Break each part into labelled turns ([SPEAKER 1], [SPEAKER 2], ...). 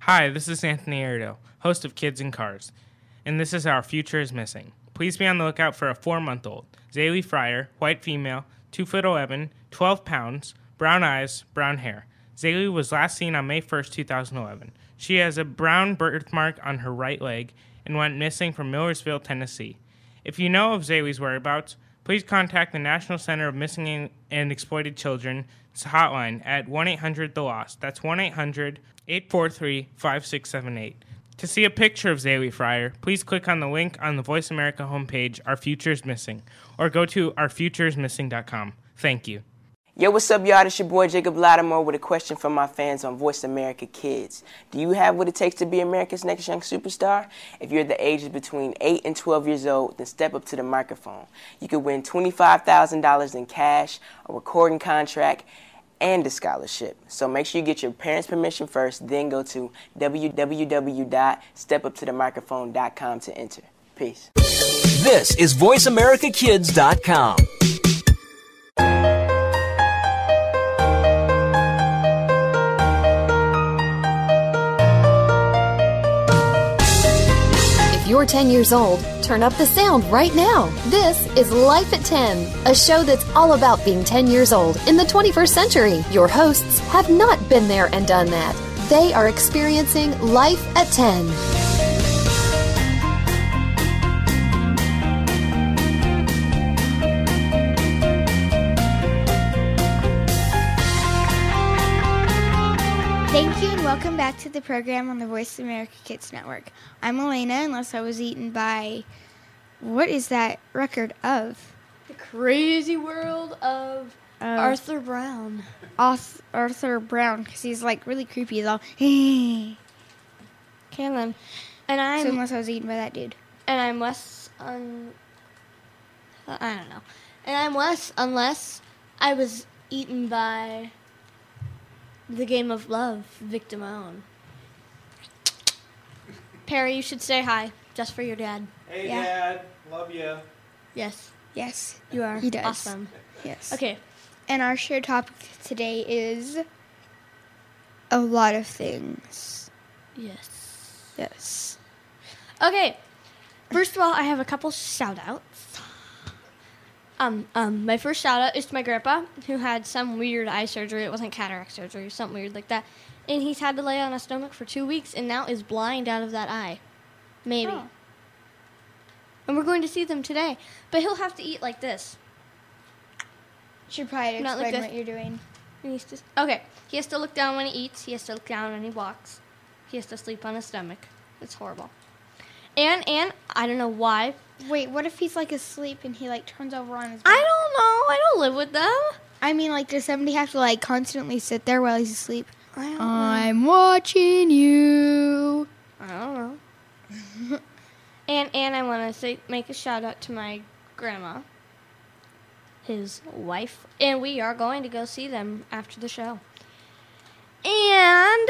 [SPEAKER 1] Hi, this is Anthony Arido, host of Kids and Cars, and this is Our Future is Missing. Please be on the lookout for a four month old, Zaylee Fryer, white female, 2 foot 11, 12 pounds, brown eyes, brown hair. Zaylee was last seen on May 1st, 2011. She has a brown birthmark on her right leg and went missing from Millersville, Tennessee. If you know of Zaylee's whereabouts, please contact the National Center of Missing and Exploited Children's hotline at 1 800 The Lost. That's 1 800 843 5678. To see a picture of Zaylee Fryer, please click on the link on the Voice America homepage, Our Future is Missing, or go to ourfutureismissing.com. Thank you.
[SPEAKER 2] Yo, what's up, y'all? It's your boy Jacob Lattimore with a question from my fans on Voice America Kids. Do you have what it takes to be America's next young superstar? If you're the ages between 8 and 12 years old, then step up to the microphone. You could win $25,000 in cash, a recording contract, and a scholarship. So make sure you get your parents' permission first, then go to www.stepuptothemicrophone.com to enter. Peace.
[SPEAKER 3] This is VoiceAmericaKids.com.
[SPEAKER 4] If you're 10 years old, turn up the sound right now. This is Life at 10, a show that's all about being 10 years old in the 21st century. Your hosts have not been there and done that. They are experiencing Life at 10.
[SPEAKER 5] Thank you and welcome back to the program on the Voice of America Kids Network. I'm Elena, unless I was eaten by. What is that record of?
[SPEAKER 6] The crazy world of Arthur Brown.
[SPEAKER 5] Arth- Arthur Brown, because he's like really creepy. He's all. Hey.
[SPEAKER 6] Kaylin. And
[SPEAKER 5] So
[SPEAKER 6] I'm
[SPEAKER 5] unless I was eaten by that dude.
[SPEAKER 6] and I'm less un I don't know. And I'm less unless I was eaten by the game of love, victim own. Perry, you should say hi, just for your dad.
[SPEAKER 1] Hey,
[SPEAKER 5] Yeah.
[SPEAKER 1] Dad. Love you.
[SPEAKER 6] Yes.
[SPEAKER 5] Yes,
[SPEAKER 6] You are
[SPEAKER 5] he does.
[SPEAKER 6] awesome.
[SPEAKER 5] Yes.
[SPEAKER 6] Okay.
[SPEAKER 5] And our shared topic today is a lot of things.
[SPEAKER 6] Yes.
[SPEAKER 5] Yes.
[SPEAKER 6] Okay. First of all, I have a couple shout outs. Um, um, my first shout out is to my grandpa, who had some weird eye surgery. It wasn't cataract surgery, something weird like that. And he's had to lay on a stomach for two weeks and now is blind out of that eye. Maybe.
[SPEAKER 5] Oh.
[SPEAKER 6] And we're going to see them today. But he'll have to eat like this.
[SPEAKER 5] Should probably explain
[SPEAKER 6] Not like
[SPEAKER 5] what
[SPEAKER 6] this.
[SPEAKER 5] you're doing.
[SPEAKER 6] And he's just okay. He has to look down when he eats. He has to look down when he walks. He has to sleep on his stomach. It's horrible. And and I don't know why.
[SPEAKER 5] Wait, what if he's like asleep and he like turns over on his
[SPEAKER 6] I
[SPEAKER 5] back?
[SPEAKER 6] don't know. I don't live with them.
[SPEAKER 5] I mean, like, does somebody have to like constantly sit there while he's asleep?
[SPEAKER 6] Uh, I don't
[SPEAKER 5] I'm watching you.
[SPEAKER 6] know. I don't know. and and I want to say make a shout out to my grandma, his wife, and we are going to go see them after the show. And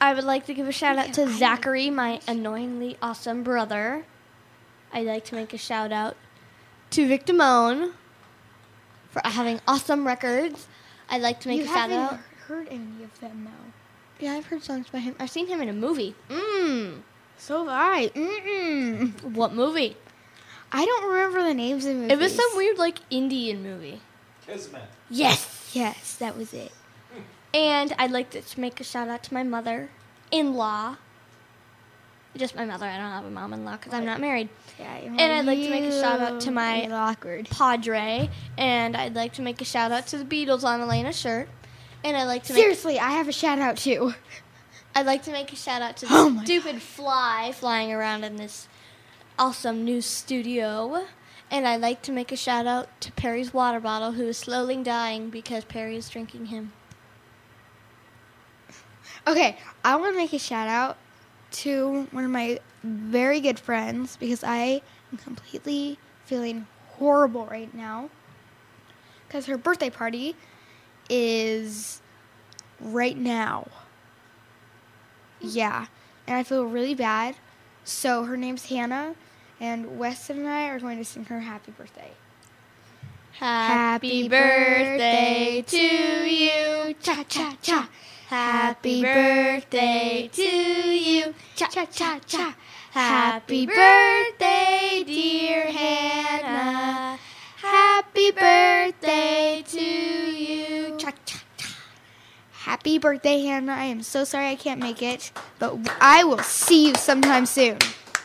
[SPEAKER 6] I would like to give a shout out to Zachary, my annoyingly awesome brother. I'd like to make a shout out to Victimone for having awesome records. I'd like to make
[SPEAKER 5] you
[SPEAKER 6] a shout
[SPEAKER 5] haven't
[SPEAKER 6] out.
[SPEAKER 5] heard any of them though.
[SPEAKER 6] Yeah, I've heard songs by him. I've seen him in a movie. Mmm.
[SPEAKER 5] So have I. Mm-mm.
[SPEAKER 6] What movie?
[SPEAKER 5] I don't remember the names of movies.
[SPEAKER 6] It was some weird, like, Indian movie.
[SPEAKER 7] Kismet.
[SPEAKER 6] Yes!
[SPEAKER 5] Yes, that was it.
[SPEAKER 6] And I'd like to make a shout out to my mother in law. Just my mother. I don't have a mom in law because I'm not married.
[SPEAKER 5] Yeah,
[SPEAKER 6] And I'd like to make a shout out to my-
[SPEAKER 5] awkward.
[SPEAKER 6] Padre. And I'd like to make a shout out to the Beatles on Elena's shirt. And I'd like to make,
[SPEAKER 5] Seriously, I have a shout out too.
[SPEAKER 6] I'd like to make a shout out to the
[SPEAKER 5] Oh my
[SPEAKER 6] stupid fly flying around in this awesome new studio. And I'd like to make a shout out to Perry's water bottle, who is slowly dying because Perry is drinking him.
[SPEAKER 5] Okay, I want to make a shout out to one of my very good friends because I am completely feeling horrible right now because her birthday party is right now. Yeah, and I feel really bad. So her name's Hannah, and Weston and I are going to sing her happy birthday.
[SPEAKER 6] Happy birthday to you.
[SPEAKER 5] Cha cha cha.
[SPEAKER 6] Happy birthday to
[SPEAKER 5] cha, cha, cha.
[SPEAKER 6] Happy birthday, dear Hannah. Happy birthday to you. Cha, cha, cha.
[SPEAKER 5] Happy birthday, Hannah. I am so sorry I can't make it, but I will see you sometime soon.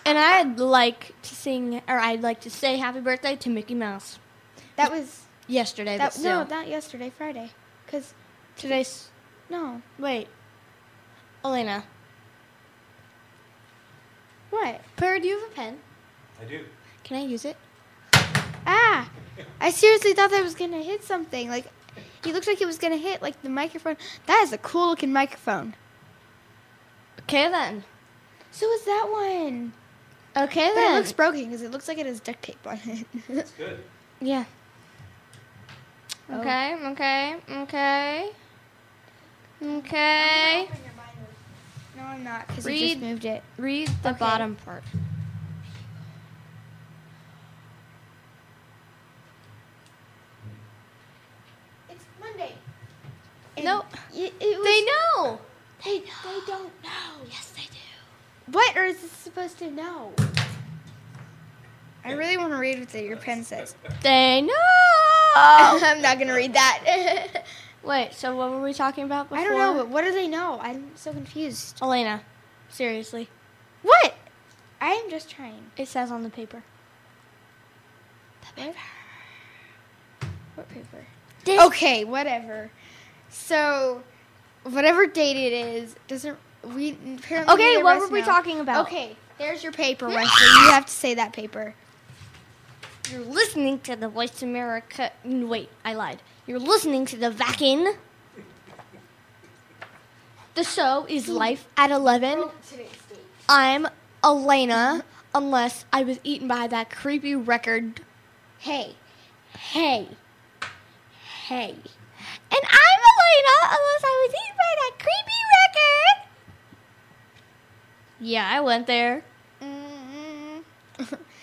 [SPEAKER 6] And I'd like to sing, or I'd like to say happy birthday to Mickey Mouse.
[SPEAKER 5] That was
[SPEAKER 6] Yesterday,
[SPEAKER 5] that
[SPEAKER 6] but
[SPEAKER 5] no,
[SPEAKER 6] still.
[SPEAKER 5] not yesterday, Friday. Cause
[SPEAKER 6] Today's,
[SPEAKER 5] no,
[SPEAKER 6] wait. Elena,
[SPEAKER 5] what?
[SPEAKER 6] Per, do you have a pen?
[SPEAKER 7] I do.
[SPEAKER 6] Can I use it?
[SPEAKER 5] Ah, I seriously thought that was gonna hit something. Like, he looked like it was gonna hit like the microphone. That is a cool looking microphone.
[SPEAKER 6] Okay then.
[SPEAKER 5] So is that one?
[SPEAKER 6] Okay
[SPEAKER 5] But
[SPEAKER 6] then.
[SPEAKER 5] it looks broken because it looks like it has duct tape on it.
[SPEAKER 7] It's good.
[SPEAKER 6] yeah. Okay,
[SPEAKER 5] Oh.
[SPEAKER 6] okay, okay. Okay.
[SPEAKER 5] no, I'm not because
[SPEAKER 6] he
[SPEAKER 5] he
[SPEAKER 6] just
[SPEAKER 5] just moved it.
[SPEAKER 6] Read the
[SPEAKER 5] Okay.
[SPEAKER 6] bottom part.
[SPEAKER 5] It's Monday.
[SPEAKER 6] No.
[SPEAKER 5] It, it was,
[SPEAKER 6] They know!
[SPEAKER 5] They, they don't know.
[SPEAKER 6] Yes, they do.
[SPEAKER 5] What or is it supposed to know? I really want to read what your pen says.
[SPEAKER 6] They
[SPEAKER 5] Oh,
[SPEAKER 6] know!
[SPEAKER 5] I'm not gonna read that.
[SPEAKER 6] Wait, so what were we talking about before?
[SPEAKER 5] I don't know, but what do they know? I'm so confused.
[SPEAKER 6] Elena, seriously.
[SPEAKER 5] What? I am just trying.
[SPEAKER 6] It says on the paper.
[SPEAKER 5] What? What paper?
[SPEAKER 6] This-
[SPEAKER 5] Okay, whatever. So, whatever date it is, doesn't we apparently
[SPEAKER 6] Okay,
[SPEAKER 5] neither of
[SPEAKER 6] what
[SPEAKER 5] us
[SPEAKER 6] were we
[SPEAKER 5] know.
[SPEAKER 6] talking about?
[SPEAKER 5] Okay, there's your paper, Wesley. you have to say that paper.
[SPEAKER 6] You're listening to the Voice America. Wait, I lied. You're listening to the Vakin. The show is Life at 11. I'm Elena, unless I was eaten by that creepy record. Hey, hey, hey. And I'm Elena, unless I was eaten by that creepy record. Yeah, I went there.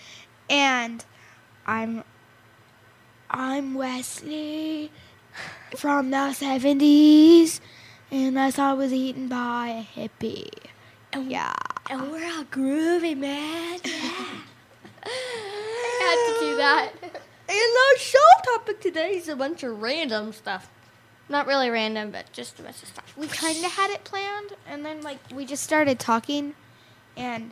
[SPEAKER 5] and I'm I'm Wesley from the seventies, and that's I was eaten by a hippie. yeah,
[SPEAKER 6] And we're all groovy, man. I had to do that. And our show topic today is a bunch of random stuff. Not really random, but just a bunch of stuff.
[SPEAKER 5] we kind of had it planned, and then like we just started talking, and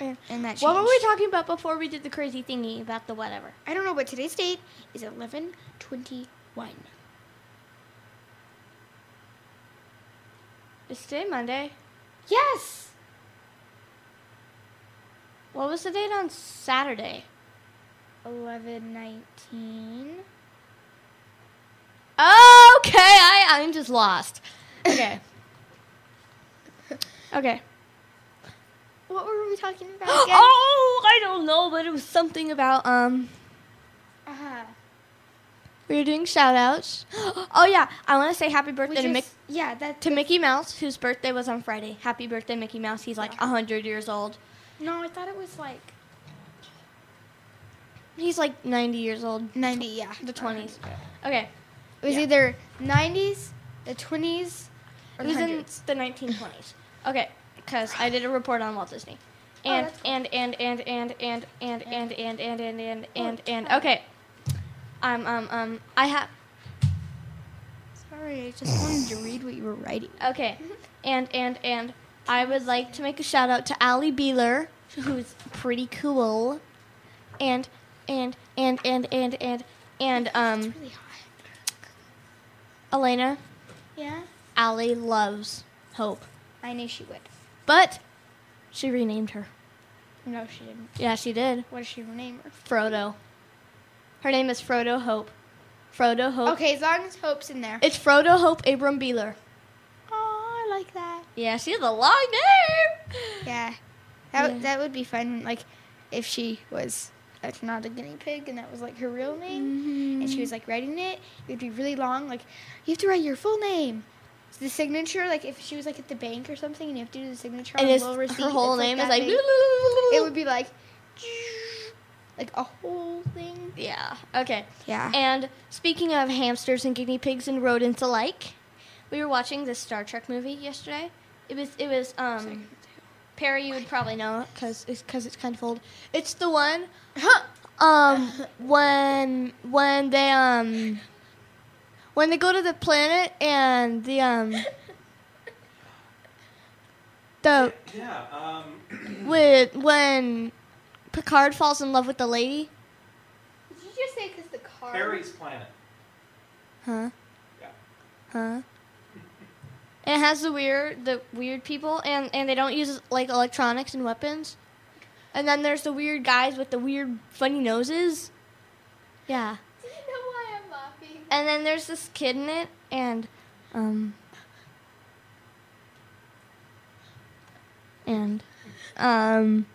[SPEAKER 5] and that changed.
[SPEAKER 6] What were we talking about before we did the crazy thingy about the whatever?
[SPEAKER 5] I don't know, but today's date is eleven twenty one.
[SPEAKER 6] Is today Monday?
[SPEAKER 5] Yes,
[SPEAKER 6] What was the date on Saturday?
[SPEAKER 5] eleven nineteen.
[SPEAKER 6] Okay, I, I'm just lost. Okay. okay.
[SPEAKER 5] What were we talking about again?
[SPEAKER 6] oh, I don't know, but it was something about, um,
[SPEAKER 5] Uh-huh.
[SPEAKER 6] we were doing shout outs. Oh, yeah, I want to say happy
[SPEAKER 5] We
[SPEAKER 6] birthday to
[SPEAKER 5] just-
[SPEAKER 6] Mick.
[SPEAKER 5] yeah, that
[SPEAKER 6] To Mickey Mouse, whose birthday was on Friday. Happy birthday, Mickey Mouse. He's like 100 years old.
[SPEAKER 5] No, I thought it was like
[SPEAKER 6] He's like 90 years old.
[SPEAKER 5] 90, yeah.
[SPEAKER 6] The 20s. Okay.
[SPEAKER 5] It was either 90s, the 20s, or
[SPEAKER 6] It was in
[SPEAKER 5] 100s.
[SPEAKER 6] the 1920s. Okay. Because I did a report on Walt Disney. And,
[SPEAKER 5] Oh, that's
[SPEAKER 6] and, and, and, and, and, and, and, and, and, and, and,
[SPEAKER 5] Oh,
[SPEAKER 6] and, and, okay. Um, um, um, I have,
[SPEAKER 5] Sorry, I just wanted to read what you were writing.
[SPEAKER 6] okay. And, and, and, I would like to make a shout out to Allie Beeler, who's pretty cool. And, and, and, and, and, and, and, um,
[SPEAKER 5] Really hot.
[SPEAKER 6] Elena,
[SPEAKER 5] Yeah?
[SPEAKER 6] Allie loves Hope,
[SPEAKER 5] I knew she would.
[SPEAKER 6] but she renamed her.
[SPEAKER 5] No, she didn't.
[SPEAKER 6] Yeah, she did.
[SPEAKER 5] What did she rename her?
[SPEAKER 6] Frodo. Her name is Frodo Hope. Frodo Hope.
[SPEAKER 5] Okay, as long as Hope's in there.
[SPEAKER 6] It's Frodo Hope Abram Beeler.
[SPEAKER 5] Oh, I like that.
[SPEAKER 6] Yeah, she has a long name.
[SPEAKER 5] Yeah. That, w
[SPEAKER 6] Yeah.
[SPEAKER 5] that would be fun, like, if she was uh, not a guinea pig and that was, like, her real name. And
[SPEAKER 6] Mm-hmm.
[SPEAKER 5] she was, like, writing it. It would be really long. Like, you have to write your full name. So the signature, like, if she was, like, at the bank or something and you have to do the signature on
[SPEAKER 6] And
[SPEAKER 5] a
[SPEAKER 6] it's,
[SPEAKER 5] little receipt.
[SPEAKER 6] her whole
[SPEAKER 5] that's,
[SPEAKER 6] name
[SPEAKER 5] that
[SPEAKER 6] is like.
[SPEAKER 5] big, It would be, like, like a whole thing.
[SPEAKER 6] yeah. Okay.
[SPEAKER 5] Yeah.
[SPEAKER 6] And speaking of hamsters and guinea pigs and rodents alike, we were watching this Star Trek movie yesterday. It was it was um Perry, you would probably know because it's because it's kind of old. It's the one, um, when when they um when they go to the planet and the um the
[SPEAKER 7] Yeah, um,
[SPEAKER 6] with when Picard falls in love with the lady.
[SPEAKER 5] Did you just say because the car?
[SPEAKER 7] Harry's planet.
[SPEAKER 6] Huh?
[SPEAKER 7] Yeah.
[SPEAKER 6] Huh? And Uh-huh. it has the weird the weird people and, and they don't use like electronics and weapons. And then there's the weird guys with the weird funny noses. Yeah.
[SPEAKER 5] Do you know why I'm laughing?
[SPEAKER 6] And then there's this kid in it and um and um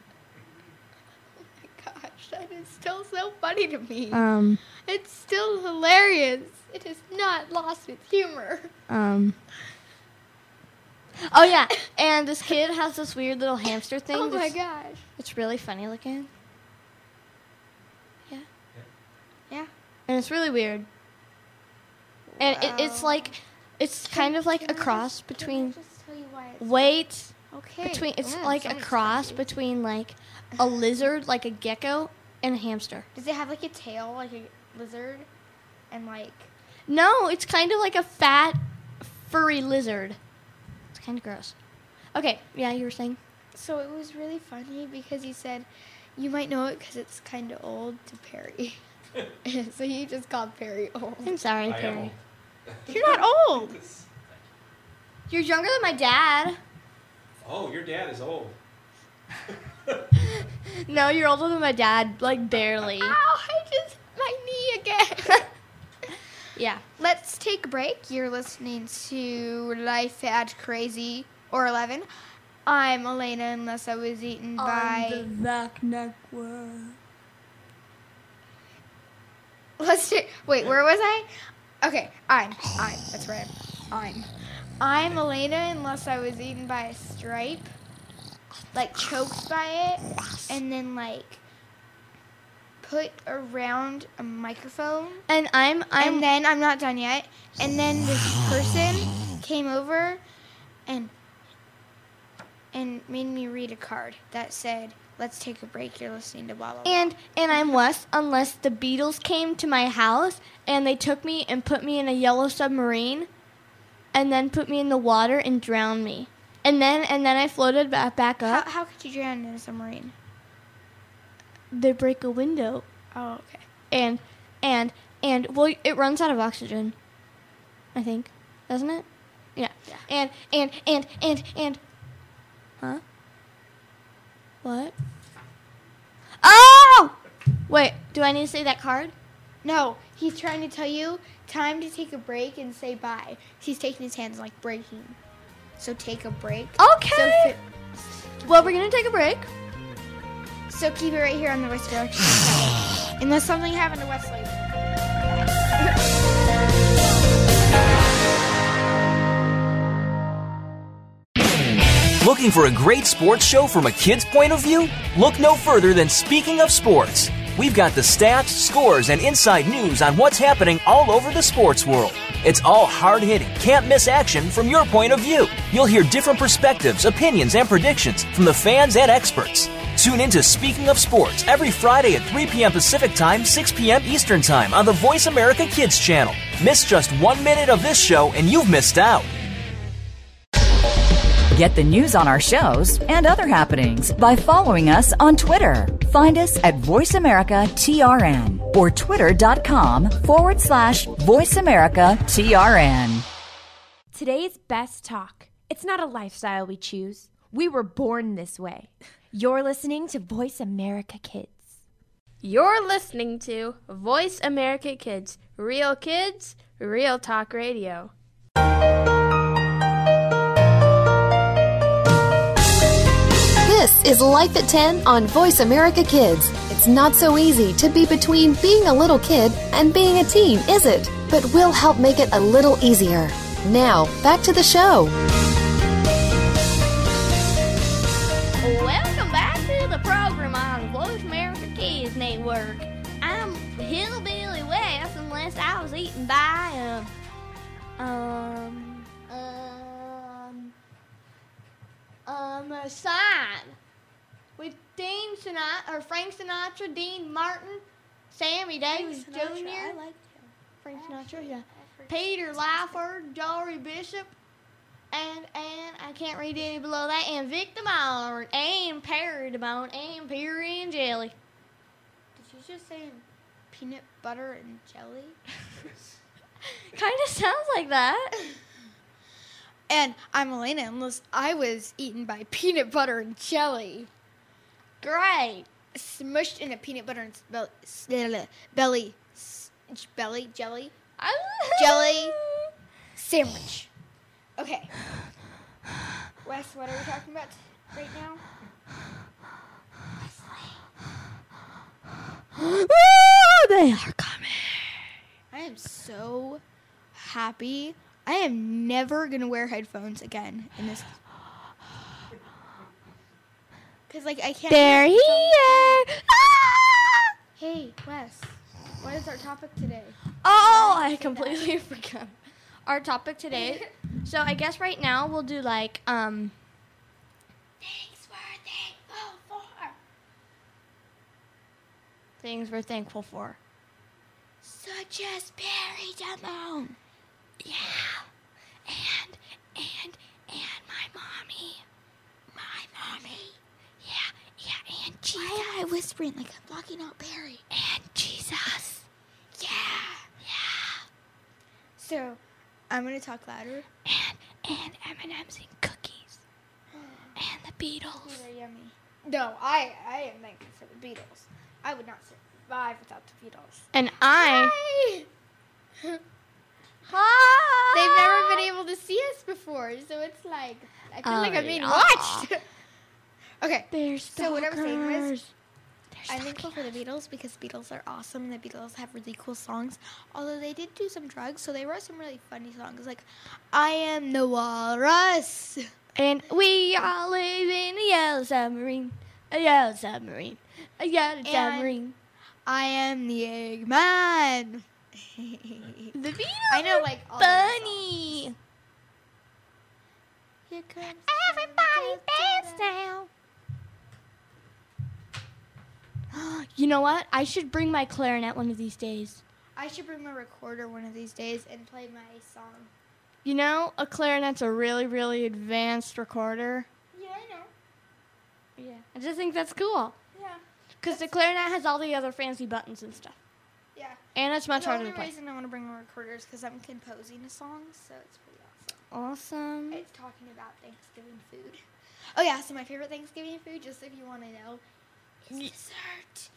[SPEAKER 5] Gosh, that is still so funny to me.
[SPEAKER 6] um
[SPEAKER 5] it's still hilarious. It is not lost its humor.
[SPEAKER 6] um Oh yeah, and this kid has this weird little hamster thing.
[SPEAKER 5] Oh my
[SPEAKER 6] that's-
[SPEAKER 5] gosh.
[SPEAKER 6] It's really funny looking. Yeah. Yeah. And it's really weird. And it, it's
[SPEAKER 5] Wow.
[SPEAKER 6] like, it's kind of like
[SPEAKER 5] Can I
[SPEAKER 6] a
[SPEAKER 5] just-
[SPEAKER 6] cross
[SPEAKER 5] can I
[SPEAKER 6] between
[SPEAKER 5] just tell you why it's-
[SPEAKER 6] wait
[SPEAKER 5] okay.
[SPEAKER 6] between. It's
[SPEAKER 5] Mm,
[SPEAKER 6] like a
[SPEAKER 5] sounds
[SPEAKER 6] cross
[SPEAKER 5] funny.
[SPEAKER 6] between like a lizard, like a gecko, and a hamster.
[SPEAKER 5] Does it have like a tail, like a lizard, and like?
[SPEAKER 6] No, it's kind of like a fat, furry lizard. It's kind of gross. Okay. Yeah, you were saying.
[SPEAKER 5] So it was really funny because he said, "You might know it because it's kind of old to Perry." so he just called Perry old.
[SPEAKER 6] I'm sorry,
[SPEAKER 7] I am
[SPEAKER 6] Perry.
[SPEAKER 7] old.
[SPEAKER 5] You're not old.
[SPEAKER 6] You're younger than my dad.
[SPEAKER 7] Oh, your dad is old.
[SPEAKER 6] No, you're older than my dad, like barely.
[SPEAKER 5] Ow! I just my knee again.
[SPEAKER 6] Yeah.
[SPEAKER 5] Let's take a break. You're listening to Life at Crazy or Eleven. I'm Elena, unless I was eaten by. Let's do, wait. Where was I? Okay, I'm. I'm. That's right. I'm. I'm Elena, unless I was eaten by a stripe, like choked by it, and then like put around a microphone.
[SPEAKER 6] And I'm I'm
[SPEAKER 5] and then I'm not done yet. And then this person came over and and made me read a card that said, "Let's take a break. You're listening to blah blah." blah."
[SPEAKER 6] and and I'm Wes unless the Beatles came to my house and they took me and put me in a yellow submarine and then put me in the water and drowned me. And then and then I floated back, back
[SPEAKER 5] how,
[SPEAKER 6] up.
[SPEAKER 5] how could you drown in a submarine?
[SPEAKER 6] They break a window
[SPEAKER 5] Oh, okay.
[SPEAKER 6] and and and well it runs out of oxygen. I think. Doesn't it? Yeah. And and and and and Huh? What? Oh! Wait, do I need to say that card?
[SPEAKER 5] No, Oh, he's trying to tell you time to take a break and say bye. He's taking his hands like breaking. So take a break.
[SPEAKER 6] Okay. well, we're gonna take a break.
[SPEAKER 5] So keep it right here on the West Direction. Unless something happened to Wesley.
[SPEAKER 3] Looking for a great sports show from a kid's point of view? Look no further than Speaking of Sports. We've got the stats, scores, and inside news on what's happening all over the sports world. It's all hard hitting, can't miss action from your point of view. You'll hear different perspectives, opinions, and predictions from the fans and experts. Tune into Speaking of Sports every Friday at 3 p.m. Pacific Time, 6 p.m. Eastern Time on the Voice America Kids channel. Miss just one minute of this show and you've missed out.
[SPEAKER 8] Get the news on our shows and other happenings by following us on Twitter. Find us at VoiceAmericaTRN or twitter.com forward slash VoiceAmericaTRN.
[SPEAKER 9] Today's best talk. It's not a lifestyle we choose. We were born this way. You're listening to Voice America Kids.
[SPEAKER 10] You're listening to Voice America Kids, real kids, real talk radio.
[SPEAKER 4] This is Life at 10 on Voice America Kids. It's not so easy to be between being a little kid and being a teen, is it? But we'll help make it a little easier. Now, back to the show.
[SPEAKER 6] Welcome back to the program on Voice America Kids Network. I'm Hillbilly West, unless I was eaten by uh, um um um um um, a side with Dean Sinatra, or Frank Sinatra, Dean Martin, Sammy Davis
[SPEAKER 5] Sinatra, I
[SPEAKER 6] Jr.
[SPEAKER 5] liked
[SPEAKER 6] Frank Sinatra, yeah. Peter Lyford, Dory Bishop, and and I can't read any below that. And Vic Damone, and Perry Damone, and Perry and Jelly.
[SPEAKER 5] Did you just say peanut butter and jelly?
[SPEAKER 6] Kind of sounds like that.
[SPEAKER 5] And I'm Elena, unless I was eaten by peanut butter and jelly.
[SPEAKER 6] Great.
[SPEAKER 5] Smushed in a peanut butter and belly, belly, belly, s- belly jelly, jelly sandwich. Okay. Wes, what are we talking about right now?
[SPEAKER 6] they are coming.
[SPEAKER 5] I am so happy. I am never gonna wear headphones again in this. Cause like I can't.
[SPEAKER 6] They're here. Ah!
[SPEAKER 5] Hey, Wes. What is our topic today?
[SPEAKER 6] Oh, I completely forgot our topic today. so I guess right now we'll do like um. Things we're thankful for.
[SPEAKER 5] Such as Barry Damone.
[SPEAKER 6] Yeah, and and and my mommy, my mommy. Yeah, yeah, and Jesus.
[SPEAKER 5] Why am I whispering like I'm blocking out Barry?
[SPEAKER 6] And Jesus. Yeah, yeah.
[SPEAKER 5] So, I'm gonna talk louder.
[SPEAKER 6] And M and M's and cookies. And the Beatles.
[SPEAKER 5] They're yummy. No, I I am thankful for the Beatles. I would not survive without the Beatles.
[SPEAKER 6] And I.
[SPEAKER 5] Hi.
[SPEAKER 6] Hi.
[SPEAKER 5] They've never been able to see us before, so it's like I feel like I'm being watched. okay.
[SPEAKER 6] Oh, They're
[SPEAKER 5] So what I'm saying was, I'm thankful for the Beatles because Beatles are awesome. The Beatles have really cool songs, although they did do some drugs, so they wrote some really funny songs like "I Am the Walrus."
[SPEAKER 6] And we all live in a yellow submarine. A yellow submarine. A yellow submarine.
[SPEAKER 5] I am the Eggman.
[SPEAKER 6] The Beatles.
[SPEAKER 5] I know,
[SPEAKER 6] are
[SPEAKER 5] like, all their
[SPEAKER 6] funny.
[SPEAKER 5] Here comes
[SPEAKER 6] Everybody dance now. You know what? I should bring my clarinet one of these days.
[SPEAKER 5] I should bring my recorder one of these days and play my song.
[SPEAKER 6] You know, a clarinet's a really, really advanced recorder.
[SPEAKER 5] Yeah, I know.
[SPEAKER 6] Yeah. I just think that's cool.
[SPEAKER 5] Yeah,
[SPEAKER 6] Because the clarinet has all the other fancy buttons and stuff.
[SPEAKER 5] yeah.
[SPEAKER 6] And it's much
[SPEAKER 5] the
[SPEAKER 6] harder
[SPEAKER 5] only
[SPEAKER 6] to play.
[SPEAKER 5] reason I want to bring my recorder is because I'm composing a song, so it's pretty awesome.
[SPEAKER 6] Awesome.
[SPEAKER 5] It's talking about Thanksgiving food. Oh yeah, so my favorite Thanksgiving food, just if you want to know, is dessert.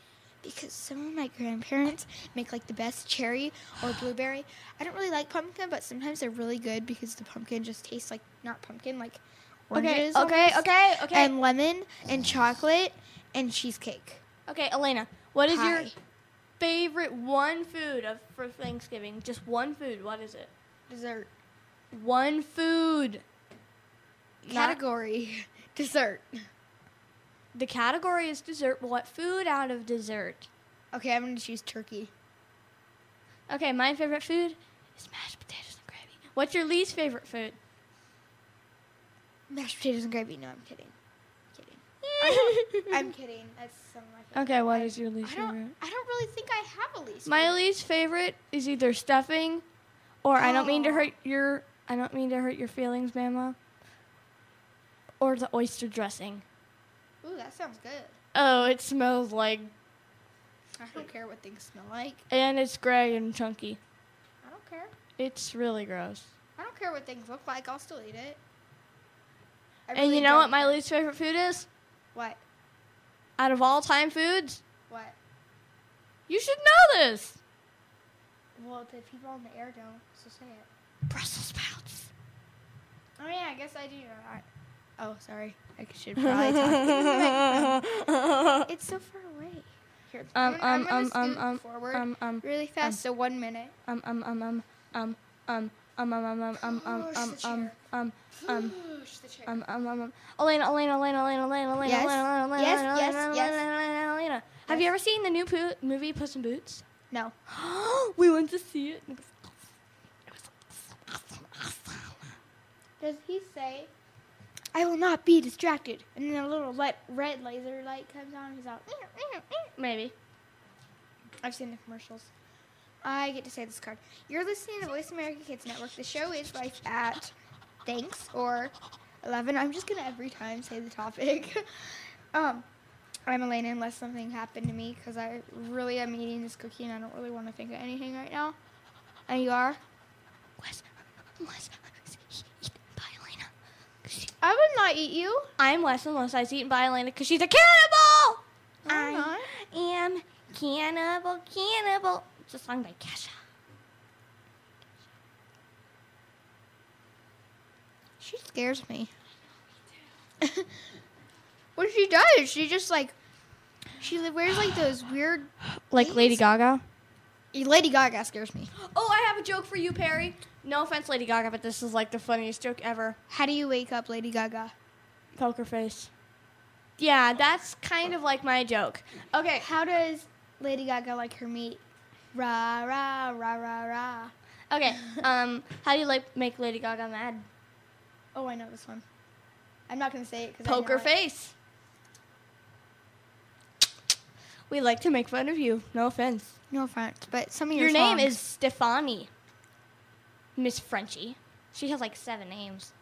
[SPEAKER 5] Because some of my grandparents make like the best cherry or blueberry. I don't really like pumpkin, but sometimes they're really good because the pumpkin just tastes like not pumpkin, like
[SPEAKER 6] Okay,
[SPEAKER 5] oranges.
[SPEAKER 6] okay,
[SPEAKER 5] almost.
[SPEAKER 6] okay, okay.
[SPEAKER 5] And lemon and chocolate and cheesecake.
[SPEAKER 6] okay, Elena, what is your
[SPEAKER 5] Pie.
[SPEAKER 6] favorite one food of for Thanksgiving? Just one food. What is it?
[SPEAKER 5] Dessert
[SPEAKER 6] One food. Not-
[SPEAKER 5] category. Dessert.
[SPEAKER 6] the category is dessert. What food out of dessert?
[SPEAKER 5] Okay, I'm gonna choose turkey.
[SPEAKER 6] Okay, my favorite food is mashed potatoes and gravy. What's your least favorite food?
[SPEAKER 5] Mashed potatoes and gravy. No, I'm kidding. I'm kidding. I don't- I'm kidding. That's some of my favorite.
[SPEAKER 6] Okay, what is your least
[SPEAKER 5] I don't. I don't really think I have a least.
[SPEAKER 6] My
[SPEAKER 5] favorite.
[SPEAKER 6] least favorite is either stuffing, or I don't mean to hurt your I don't mean to hurt your feelings, Mama. Or the oyster dressing.
[SPEAKER 5] Ooh, that sounds good.
[SPEAKER 6] Oh, it smells like
[SPEAKER 5] I don't care what things smell like.
[SPEAKER 6] and it's gray and chunky.
[SPEAKER 5] I don't care.
[SPEAKER 6] It's really gross.
[SPEAKER 5] I don't care what things look like. I'll still eat it. I
[SPEAKER 6] and
[SPEAKER 5] really
[SPEAKER 6] you know what
[SPEAKER 5] don't
[SPEAKER 6] my
[SPEAKER 5] care.
[SPEAKER 6] least favorite food is?
[SPEAKER 5] What?
[SPEAKER 6] Out of all time foods?
[SPEAKER 5] What?
[SPEAKER 6] You should know this.
[SPEAKER 5] Well, the people on the air don't. So say it.
[SPEAKER 6] Brussels sprouts.
[SPEAKER 5] Oh yeah, I guess I do know that. Oh, sorry. I should probably talk into the microphone. It's so far away. Here,
[SPEAKER 6] Um,
[SPEAKER 5] I'm, I'm
[SPEAKER 6] um,
[SPEAKER 5] gonna
[SPEAKER 6] um, um,
[SPEAKER 5] scoot
[SPEAKER 6] um,
[SPEAKER 5] forward
[SPEAKER 6] um, um,
[SPEAKER 5] really fast. so one minute.
[SPEAKER 6] Um um um um um um um um um um um um um um um um
[SPEAKER 5] Push the chair.
[SPEAKER 6] Um, um, um, um. Elena, Elena, Elena, Elena, Elena, Elena,
[SPEAKER 5] Yes.
[SPEAKER 6] Elena, Elena,
[SPEAKER 5] Yes,
[SPEAKER 6] Elena,
[SPEAKER 5] yes,
[SPEAKER 6] Elena,
[SPEAKER 5] yes.
[SPEAKER 6] Elena, Elena, Elena. Have you ever seen the new po- movie Puss in Boots?
[SPEAKER 5] no.
[SPEAKER 6] we went to see it. and It was awesome. It was awesome, awesome.
[SPEAKER 5] Does he say? I will not be distracted. And then a little le- red laser light comes on. And he's out.
[SPEAKER 6] Maybe.
[SPEAKER 5] I've seen the commercials. I get to say this card. You're listening to Voice America Kids Network. The show is Life at Thanks or 11. I'm just going to every time say the topic. um, I'm Elena unless something happened to me because I really am eating this cookie and I don't really want to think of anything right now. And you are?
[SPEAKER 6] Was was eaten by Elena.
[SPEAKER 5] I would not eat you.
[SPEAKER 6] I'm Wes unless I was eaten by Elena because she's a cannibal.
[SPEAKER 5] I'm
[SPEAKER 6] I am cannibal, cannibal. It's a song by Kesha.
[SPEAKER 5] She scares me. what she does? She just like she li- wears like those weird.
[SPEAKER 6] Like Lady Gaga.
[SPEAKER 5] Lady Gaga scares me.
[SPEAKER 6] Oh, I have a joke for you, Perry. No offense, Lady Gaga, but this is like the funniest joke ever.
[SPEAKER 5] How do you wake up, Lady Gaga?
[SPEAKER 6] Poker face. Yeah, that's kind of like my joke. Okay,
[SPEAKER 5] How does Lady Gaga like her meat? Rah rah rah rah rah.
[SPEAKER 6] okay. Um, how do you like make Lady Gaga mad?
[SPEAKER 5] Oh, I know this one. I'm not gonna say it because
[SPEAKER 6] Poker face. We like to make fun of you. No offense.
[SPEAKER 5] No offense, but some of
[SPEAKER 6] Your,
[SPEAKER 5] your
[SPEAKER 6] name
[SPEAKER 5] songs-
[SPEAKER 6] is Stefani. Miss Frenchie. She has like seven names.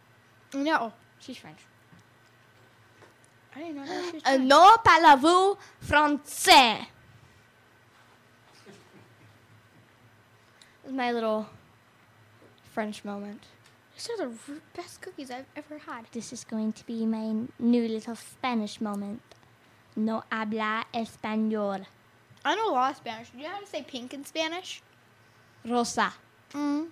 [SPEAKER 5] no.
[SPEAKER 6] She's French.
[SPEAKER 5] I didn't know that she was
[SPEAKER 6] Uh,
[SPEAKER 5] French.
[SPEAKER 6] no parlez-vous français? My little French moment.
[SPEAKER 5] These are the r- best cookies I've ever had.
[SPEAKER 6] This is going to be my new little Spanish moment. No habla español.
[SPEAKER 5] I know a lot of Spanish. Do you know how to say pink in Spanish?
[SPEAKER 6] Rosa.
[SPEAKER 5] Mm.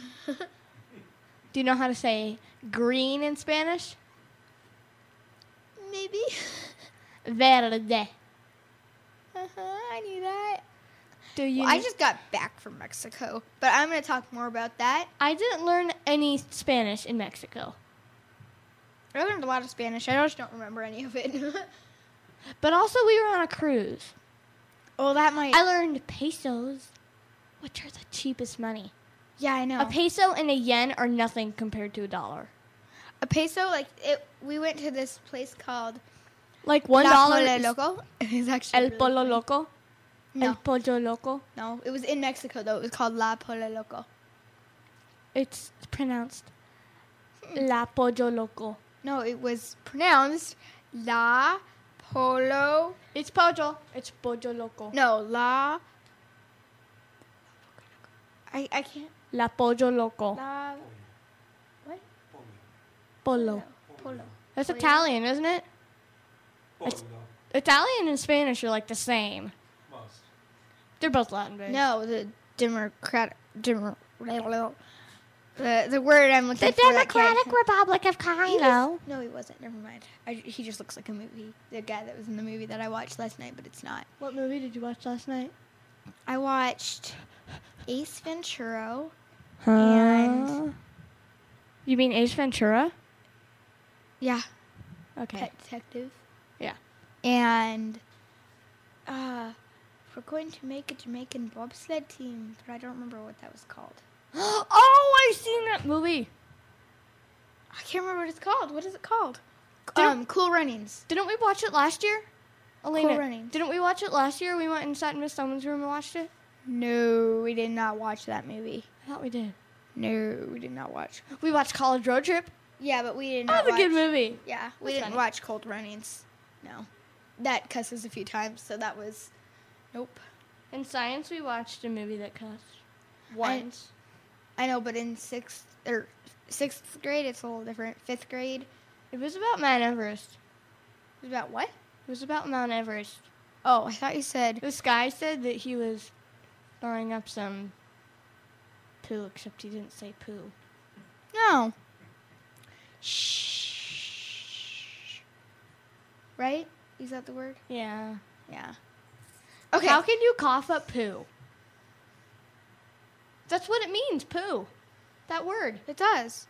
[SPEAKER 6] Do you know how to say green in Spanish?
[SPEAKER 5] Maybe.
[SPEAKER 6] Verde.
[SPEAKER 5] uh huh. I knew that.
[SPEAKER 6] Do you?
[SPEAKER 5] Well, I just got back from Mexico, but I'm going to talk more about that.
[SPEAKER 6] I didn't learn any Spanish in Mexico,
[SPEAKER 5] I learned a lot of Spanish. I just don't remember any of it.
[SPEAKER 6] but also we were on a cruise.
[SPEAKER 5] oh, that might.
[SPEAKER 6] I learned pesos, which are the cheapest money.
[SPEAKER 5] yeah, I know.
[SPEAKER 6] A peso and a yen are nothing compared to a dollar.
[SPEAKER 5] a peso, like it. We went to this place called
[SPEAKER 6] Like one
[SPEAKER 5] La
[SPEAKER 6] dollar
[SPEAKER 5] Polo
[SPEAKER 6] is
[SPEAKER 5] Loco. It's actually
[SPEAKER 6] el
[SPEAKER 5] really
[SPEAKER 6] polo
[SPEAKER 5] funny.
[SPEAKER 6] loco.
[SPEAKER 5] No,
[SPEAKER 6] El pollo loco.
[SPEAKER 5] no, it was in Mexico though. It was called La Polo Loco.
[SPEAKER 6] It's pronounced la pollo loco.
[SPEAKER 5] No, it was pronounced La Polo.
[SPEAKER 6] It's pollo. It's pollo loco.
[SPEAKER 5] No, La. I I can't.
[SPEAKER 6] La pollo loco.
[SPEAKER 5] La
[SPEAKER 6] Polo.
[SPEAKER 5] Polo.
[SPEAKER 6] That's Italian, isn't it?
[SPEAKER 7] Pollo,
[SPEAKER 6] Italian and Spanish are like the same.
[SPEAKER 7] most.
[SPEAKER 6] They're both Latin based.
[SPEAKER 5] No, the Democrat, Demo, the the word I'm looking for. that kid-
[SPEAKER 6] Republic of
[SPEAKER 5] He was-
[SPEAKER 6] Congo.
[SPEAKER 5] no, he wasn't. Never mind. I, he just looks like a movie. The guy that was in the movie that I watched last night, but it's not.
[SPEAKER 6] What movie did you watch last night?
[SPEAKER 5] I watched Ace Ventura and
[SPEAKER 6] You mean Ace Ventura?
[SPEAKER 5] yeah,
[SPEAKER 6] Okay.
[SPEAKER 5] Pet Detective.
[SPEAKER 6] Yeah.
[SPEAKER 5] And uh, we're going to make a Jamaican bobsled team, but I don't remember what that was called.
[SPEAKER 6] oh, I've seen that movie.
[SPEAKER 5] I can't remember what it's called. What is it called? Um, Cool Runnings.
[SPEAKER 6] Didn't we watch it last year? Elena,
[SPEAKER 5] Running.
[SPEAKER 6] didn't we watch it last year? We went and sat in Miss Someone's room and watched it?
[SPEAKER 5] No, we did not watch that movie.
[SPEAKER 6] I thought we did.
[SPEAKER 5] No, we did not watch.
[SPEAKER 6] We watched College Road Trip.
[SPEAKER 5] Yeah, but we did not.
[SPEAKER 6] That was a good
[SPEAKER 5] watch-
[SPEAKER 6] movie.
[SPEAKER 5] Yeah, we
[SPEAKER 6] That's
[SPEAKER 5] didn't
[SPEAKER 6] funny.
[SPEAKER 5] watch Cold Runnings. No, that cusses a few times, so that was nope.
[SPEAKER 6] In science, we watched a movie that cussed.
[SPEAKER 5] Once. I know, but in sixth or sixth grade, it's a little different. Fifth grade it
[SPEAKER 6] It was about Mount Everest.
[SPEAKER 5] was about what?
[SPEAKER 6] It was about Mount Everest.
[SPEAKER 5] Oh, I thought you said
[SPEAKER 6] This guy said that he was throwing up some poo, except he didn't say poo.
[SPEAKER 5] no. Shh. Right? Is that the word?
[SPEAKER 6] Yeah.
[SPEAKER 5] Yeah. Okay.
[SPEAKER 6] How can you cough up poo? That's what it means, poo. That word.
[SPEAKER 5] it does.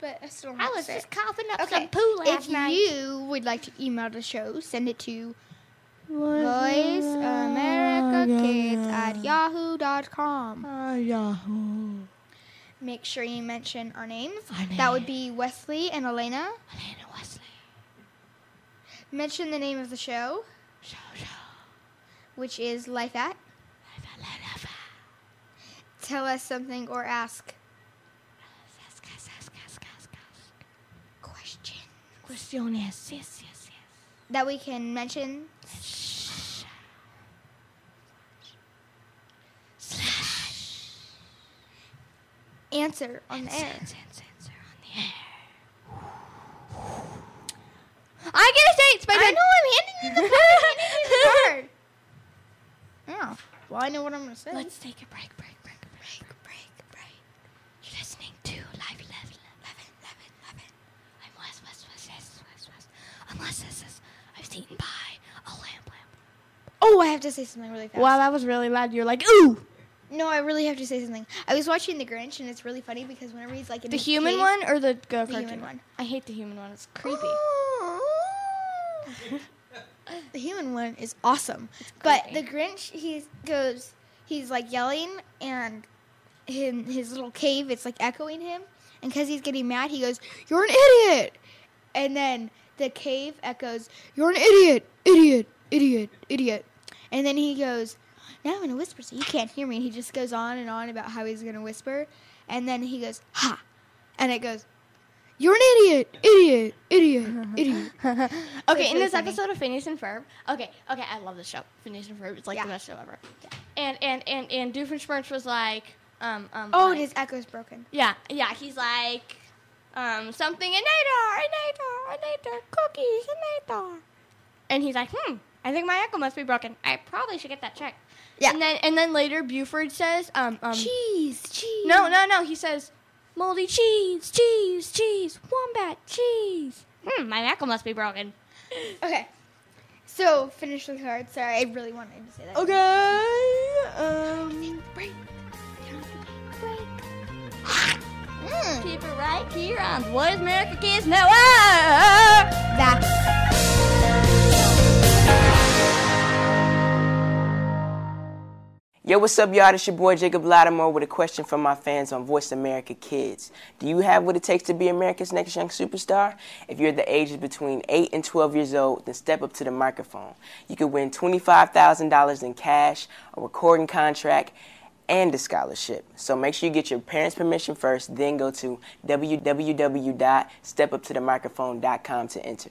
[SPEAKER 5] But I still don't
[SPEAKER 6] I
[SPEAKER 5] like
[SPEAKER 6] was
[SPEAKER 5] it.
[SPEAKER 6] just coughing up
[SPEAKER 5] Okay.
[SPEAKER 6] some poo last
[SPEAKER 5] if
[SPEAKER 6] night.
[SPEAKER 5] you would like to email the show, send it to voiceamericakids at yahoo.com.
[SPEAKER 6] Yahoo.
[SPEAKER 5] make sure you mention our names. That would be Wesley and Elena. Elena Wesley. Mention the name of the show. Show show. Which is Life at. Life at Tell us something or ask. Ask, ask, ask, ask, ask, ask. Question.
[SPEAKER 9] Questiones. Yes, yes, yes.
[SPEAKER 5] That we can mention. Answer on the air.
[SPEAKER 6] I get a date. It's my
[SPEAKER 5] I
[SPEAKER 6] turn.
[SPEAKER 5] know I'm handing you the card. I'm handing you the card. Yeah. Well, I know what I'm gonna say.
[SPEAKER 6] Let's take a break, break, break, break, break, break. You're listening to Live Love Love It Love It Love It. I'm Wes Wes Wes Wes Wes Wes. Unless this is I've seen by a lamp lamp.
[SPEAKER 5] Oh, I have to say something really fast.
[SPEAKER 6] Wow, that was really loud. You're like ooh.
[SPEAKER 5] No, I really have to say something. I was watching The Grinch, and it's really funny because whenever he's like in
[SPEAKER 6] The
[SPEAKER 5] his
[SPEAKER 6] human
[SPEAKER 5] cave-
[SPEAKER 6] one or the go
[SPEAKER 5] The human one.
[SPEAKER 6] I hate the human one. It's creepy.
[SPEAKER 5] the human one is awesome. But the Grinch, he goes, he's like yelling, and in his little cave, it's like echoing him. And because he's getting mad, he goes, You're an idiot! And then the cave echoes, You're an idiot, idiot, idiot, idiot. And then he goes, Now I'm going to whisper so you can't hear me. And he just goes on and on about how he's going to whisper. And then he goes, Ha! And it goes, You're an idiot, idiot, idiot, idiot.
[SPEAKER 6] Okay, in
[SPEAKER 5] really
[SPEAKER 6] this
[SPEAKER 5] funny.
[SPEAKER 6] episode of Phineas and Ferb. Okay, okay, I love this show. Phineas and Ferb. It's like
[SPEAKER 5] Yeah.
[SPEAKER 6] the best show ever. And and and and Doofenshmirtz was like, um um.
[SPEAKER 5] Oh,
[SPEAKER 6] like-
[SPEAKER 5] and his echo's broken.
[SPEAKER 6] Yeah, yeah, he's like um, something a nader, a nader, a nader, cookies, a nader. And he's like, hmm, I think my echo must be broken. I probably should get that checked.
[SPEAKER 5] Yeah.
[SPEAKER 6] And then and then later Buford says, um, um
[SPEAKER 5] Cheese, cheese.
[SPEAKER 6] No, no, no, he says, Moldy cheese, cheese, cheese, wombat, cheese. Hmm, my echo must be broken.
[SPEAKER 5] Okay. So finish the card. Sorry, I really wanted to say that.
[SPEAKER 6] Okay. Um
[SPEAKER 5] Break.
[SPEAKER 6] keep it right here on the Voice America Kids Network.
[SPEAKER 2] Yo, what's up, y'all? This your boy Jacob Lattimore with a question from my fans on Voice America Kids. Do you have what it takes to be America's next young superstar? If you're the ages between 8 and 12 years old, then step up to the microphone. You could win $25,000 in cash, a recording contract, and a scholarship. So make sure you get your parents' permission first, then go to www.stepuptothemicrophone.com to enter.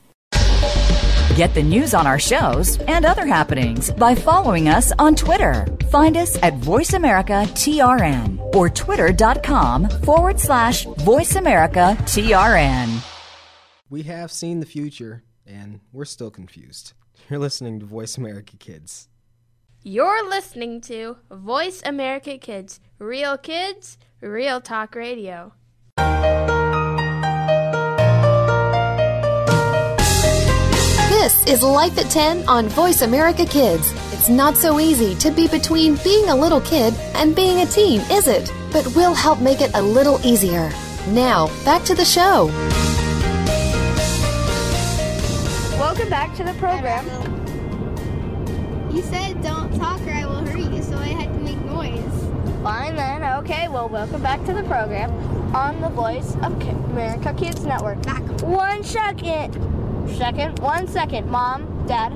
[SPEAKER 8] Get the news on our shows and other happenings by following us on Twitter. Find us at VoiceAmericaTRN or twitter.com forward slash VoiceAmericaTRN.
[SPEAKER 11] We have seen the future, and we're still confused. You're listening to Voice America Kids.
[SPEAKER 10] You're listening to Voice America Kids, real kids, real talk radio.
[SPEAKER 4] This is Life at 10 on Voice America Kids. It's not so easy to be between being a little kid and being a teen, is it? But we'll help make it a little easier. Now, back to the show.
[SPEAKER 5] Welcome back to the program. You said don't talk or I will hurt you, so I had to make noise.
[SPEAKER 6] Fine then. Okay. Well, welcome back to the program on the Voice of Ki- America Kids Network. Back. One second. Second. One second. Mom, Dad,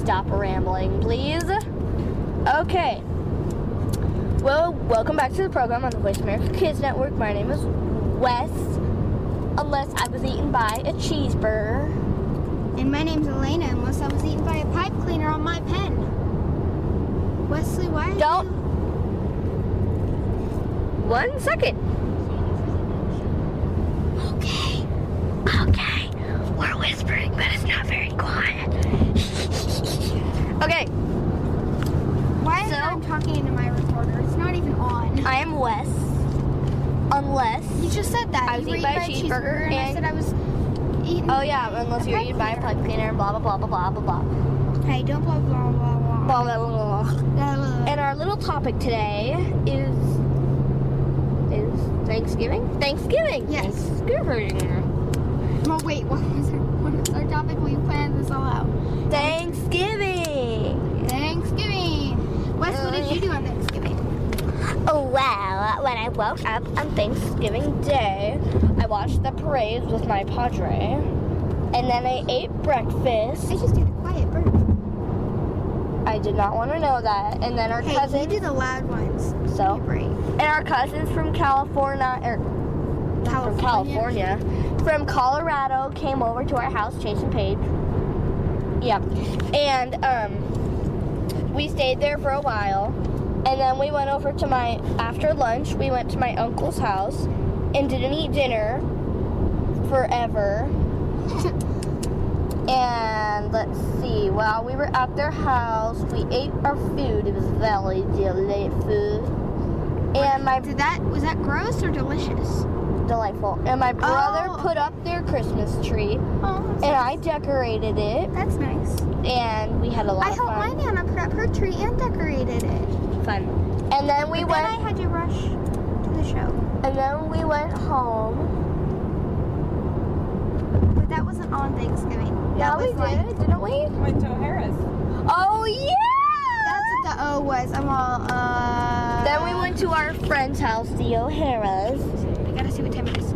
[SPEAKER 6] stop rambling, please. Okay. Well, welcome back to the program on the Voice of America Kids Network. My name is Wes. Unless I was eaten by a cheeseburger.
[SPEAKER 5] And my name's Elena, unless I was eaten by a pipe cleaner on my pen. Wesley, why?
[SPEAKER 6] Don't. One second. Okay. Okay. We're whispering, but it's not very quiet. okay.
[SPEAKER 5] Why
[SPEAKER 6] So-
[SPEAKER 5] am I talking into my recorder? It's not even on.
[SPEAKER 6] I am Wes. unless
[SPEAKER 5] you just said that
[SPEAKER 6] I was
[SPEAKER 5] You were
[SPEAKER 6] eaten by a cheeseburger, and, I said I was eating. Oh yeah, unless you were eaten by a pipe cleaner, blah blah blah blah blah blah blah.
[SPEAKER 5] Hey, don't blah blah blah blah
[SPEAKER 6] blah blah blah. blah, blah. And our little topic today is is Thanksgiving. Thanksgiving. Yes. Thanksgiving.
[SPEAKER 5] Eh, Well, wait, what was our, what was our topic? We planned this all out.
[SPEAKER 6] Thanksgiving.
[SPEAKER 5] Thanksgiving. Wes, what did you do on Thanksgiving?
[SPEAKER 6] Oh well, when I woke up on Thanksgiving Day, I watched the parades with my padre, and then I ate breakfast. I just did a quiet bird. I did not want to know that. And then our
[SPEAKER 5] Hey, you
[SPEAKER 6] cousins. do the loud ones. So. And our cousins from California, er, or from California, from Colorado, came over to our house, Chase and Paige. Yeah. And um, we stayed there for a while, and then we went over to my after lunch. We went to my uncle's house and didn't eat dinner forever. and let's see. While we were at their house, we ate our food. It was very delicious. And my did that was that gross or delicious? Delightful. And my brother
[SPEAKER 5] Oh.
[SPEAKER 6] put up their Christmas tree, and I decorated it. That's nice. And we had a lot
[SPEAKER 5] I
[SPEAKER 6] of fun.
[SPEAKER 5] helped my nana put up her tree and decorated it.
[SPEAKER 6] Fun. And then we
[SPEAKER 5] But
[SPEAKER 6] went.
[SPEAKER 5] Then I had to rush to the show.
[SPEAKER 6] And then we went home.
[SPEAKER 5] But that wasn't on Thanksgiving.
[SPEAKER 6] Yeah,
[SPEAKER 5] that
[SPEAKER 6] we
[SPEAKER 5] was like,
[SPEAKER 6] did, didn't we?
[SPEAKER 5] Went to O'Hara's.
[SPEAKER 6] Oh yeah!
[SPEAKER 5] That's what the O was. I'm all uh.
[SPEAKER 6] Then we went to our friend's house, the O'Hara's.
[SPEAKER 5] I gotta see what time it is.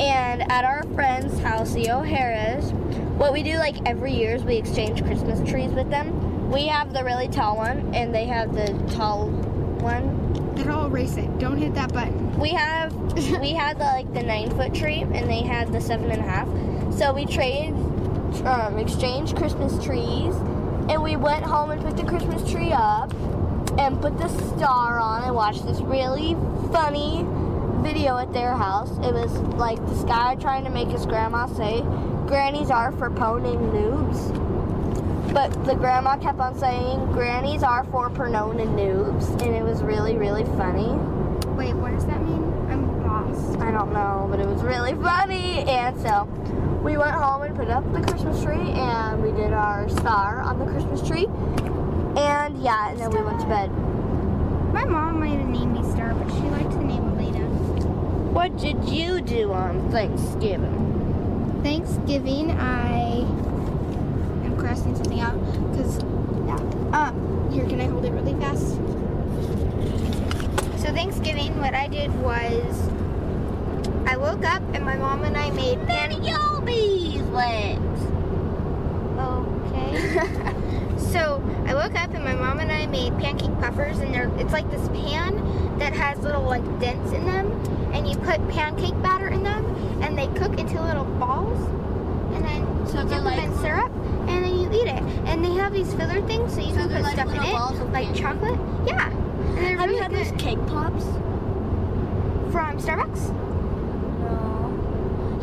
[SPEAKER 6] And at our friend's house, the O'Hara's, what we do like every year is we exchange Christmas trees with them. We have the really tall one, and they have the tall one.
[SPEAKER 5] They're all racing. Don't hit that button.
[SPEAKER 6] We have we had the, like the nine foot tree, and they had the seven and a half. So we traded, um, exchanged Christmas trees, and we went home and put the Christmas tree up, and put the star on, and watched this really funny video at their house. It was like this guy trying to make his grandma say, "Grannies are for poning noobs." But the grandma kept on saying, "Grannies are for pronoun and noobs," and it was really, really funny.
[SPEAKER 5] Wait, what does that mean? I'm lost.
[SPEAKER 6] I don't know, but it was really funny. And so we went home and put up the Christmas tree, and we did our star on the Christmas tree. And yeah, and then we went to bed.
[SPEAKER 5] My mom might have named me Star, but she liked the name Elena.
[SPEAKER 6] What did you do on Thanksgiving?
[SPEAKER 5] Thanksgiving, I am crossing something out because yeah. Um, here, can I hold it really fast? So Thanksgiving, what I did was I woke up and my mom and I made panini beeswax. Okay. so I woke up and my mom and I made pancake puffers, and they're it's like this pan that has little like dents in them, and you put pancake batter in them, and they cook into little balls, and then you dip them in syrup, and then you eat it. And they have these filler things, so you can put stuff in it, like chocolate. Yeah. And they're have really you had those
[SPEAKER 6] cake pops
[SPEAKER 5] from Starbucks?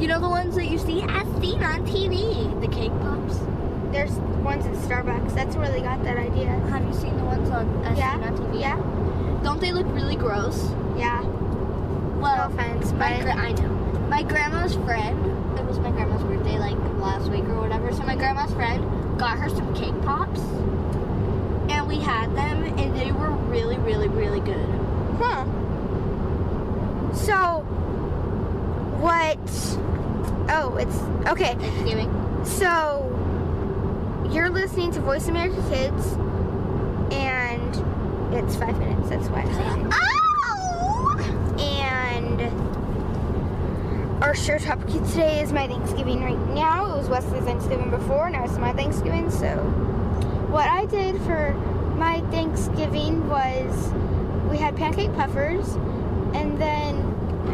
[SPEAKER 6] You know the ones that you see as seen on TV, the cake pops.
[SPEAKER 5] There's ones at Starbucks. That's where they got that idea.
[SPEAKER 6] Have you seen the ones on as
[SPEAKER 5] Yeah,
[SPEAKER 6] seen on TV?
[SPEAKER 5] yeah.
[SPEAKER 6] Don't they look really gross?
[SPEAKER 5] Yeah.
[SPEAKER 6] Well, no offense, my gra- I know. My grandma's friend. It was my grandma's birthday, like last week or whatever. So my grandma's friend got her some cake pops, and we had them, and they were really, really, really good.
[SPEAKER 5] Huh. So, what? Oh, it's okay.
[SPEAKER 6] Thanksgiving.
[SPEAKER 5] So, you're listening to Voice America Kids, and it's five minutes. That's why I'm saying. Oh! And our show topic today is my Thanksgiving right now. It was Wesley's Thanksgiving before, now it's my Thanksgiving. So, what I did for my Thanksgiving was we had pancake puffers, and then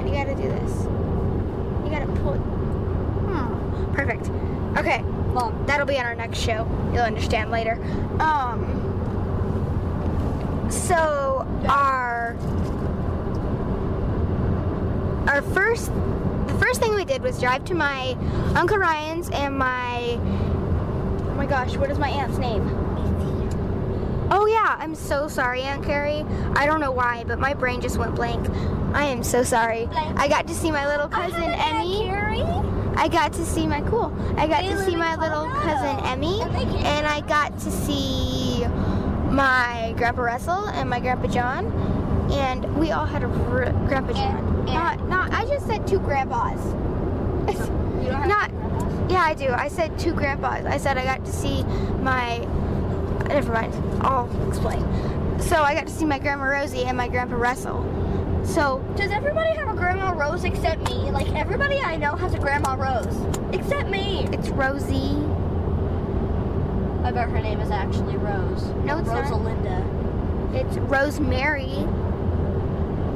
[SPEAKER 5] you gotta do this. You gotta pull it. Hmm, perfect. Okay. Well, that'll be on our next show. You'll understand later. Um. So our our first the first thing we did was drive to my uncle Ryan's and my oh my gosh, what is my aunt's name?
[SPEAKER 6] Oh, yeah, I'm so sorry, Aunt Carrie. I don't know why, but my brain just went blank. I am so sorry. I got to see my little cousin Emmy. I got to see my cool. I got to see my little cousin Emmy, and I got to see my grandpa Russell and my grandpa John, and we all had a r- grandpa John. not, not. I just said two grandpas. not. Yeah, I do. I said two grandpas. I said I got to see my Never mind. I'll explain. So I got to see my grandma Rosie and my grandpa Russell. So does everybody have a grandma Rose except me? Like everybody I know has a grandma Rose except me. It's Rosie. I bet her name is actually Rose. No, it's Rosalinda. It's Rosemary.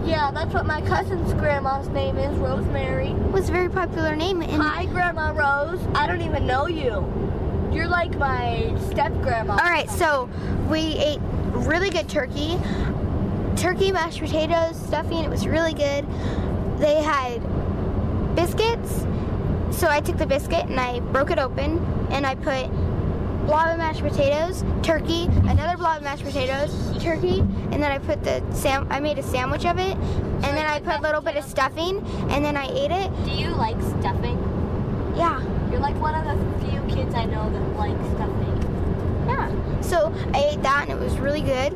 [SPEAKER 6] Yeah, that's what my cousin's grandma's name is, Rosemary. Was a very popular name. In- Hi, Grandma Rose. I don't even know you. You're like my step grandma. All right, so we ate really good turkey, turkey mashed potatoes, stuffing. It was really good. They had biscuits, so I took the biscuit and I broke it open and I put blob of mashed potatoes, turkey, another blob of mashed potatoes, turkey, and then I put the sam. I made a sandwich of it, and then I put a little bit of stuffing, and then I ate it. Do you like stuffing? Yeah. You're like one of the few kids I know that like stuffing. Yeah. So I ate that, and it was really good.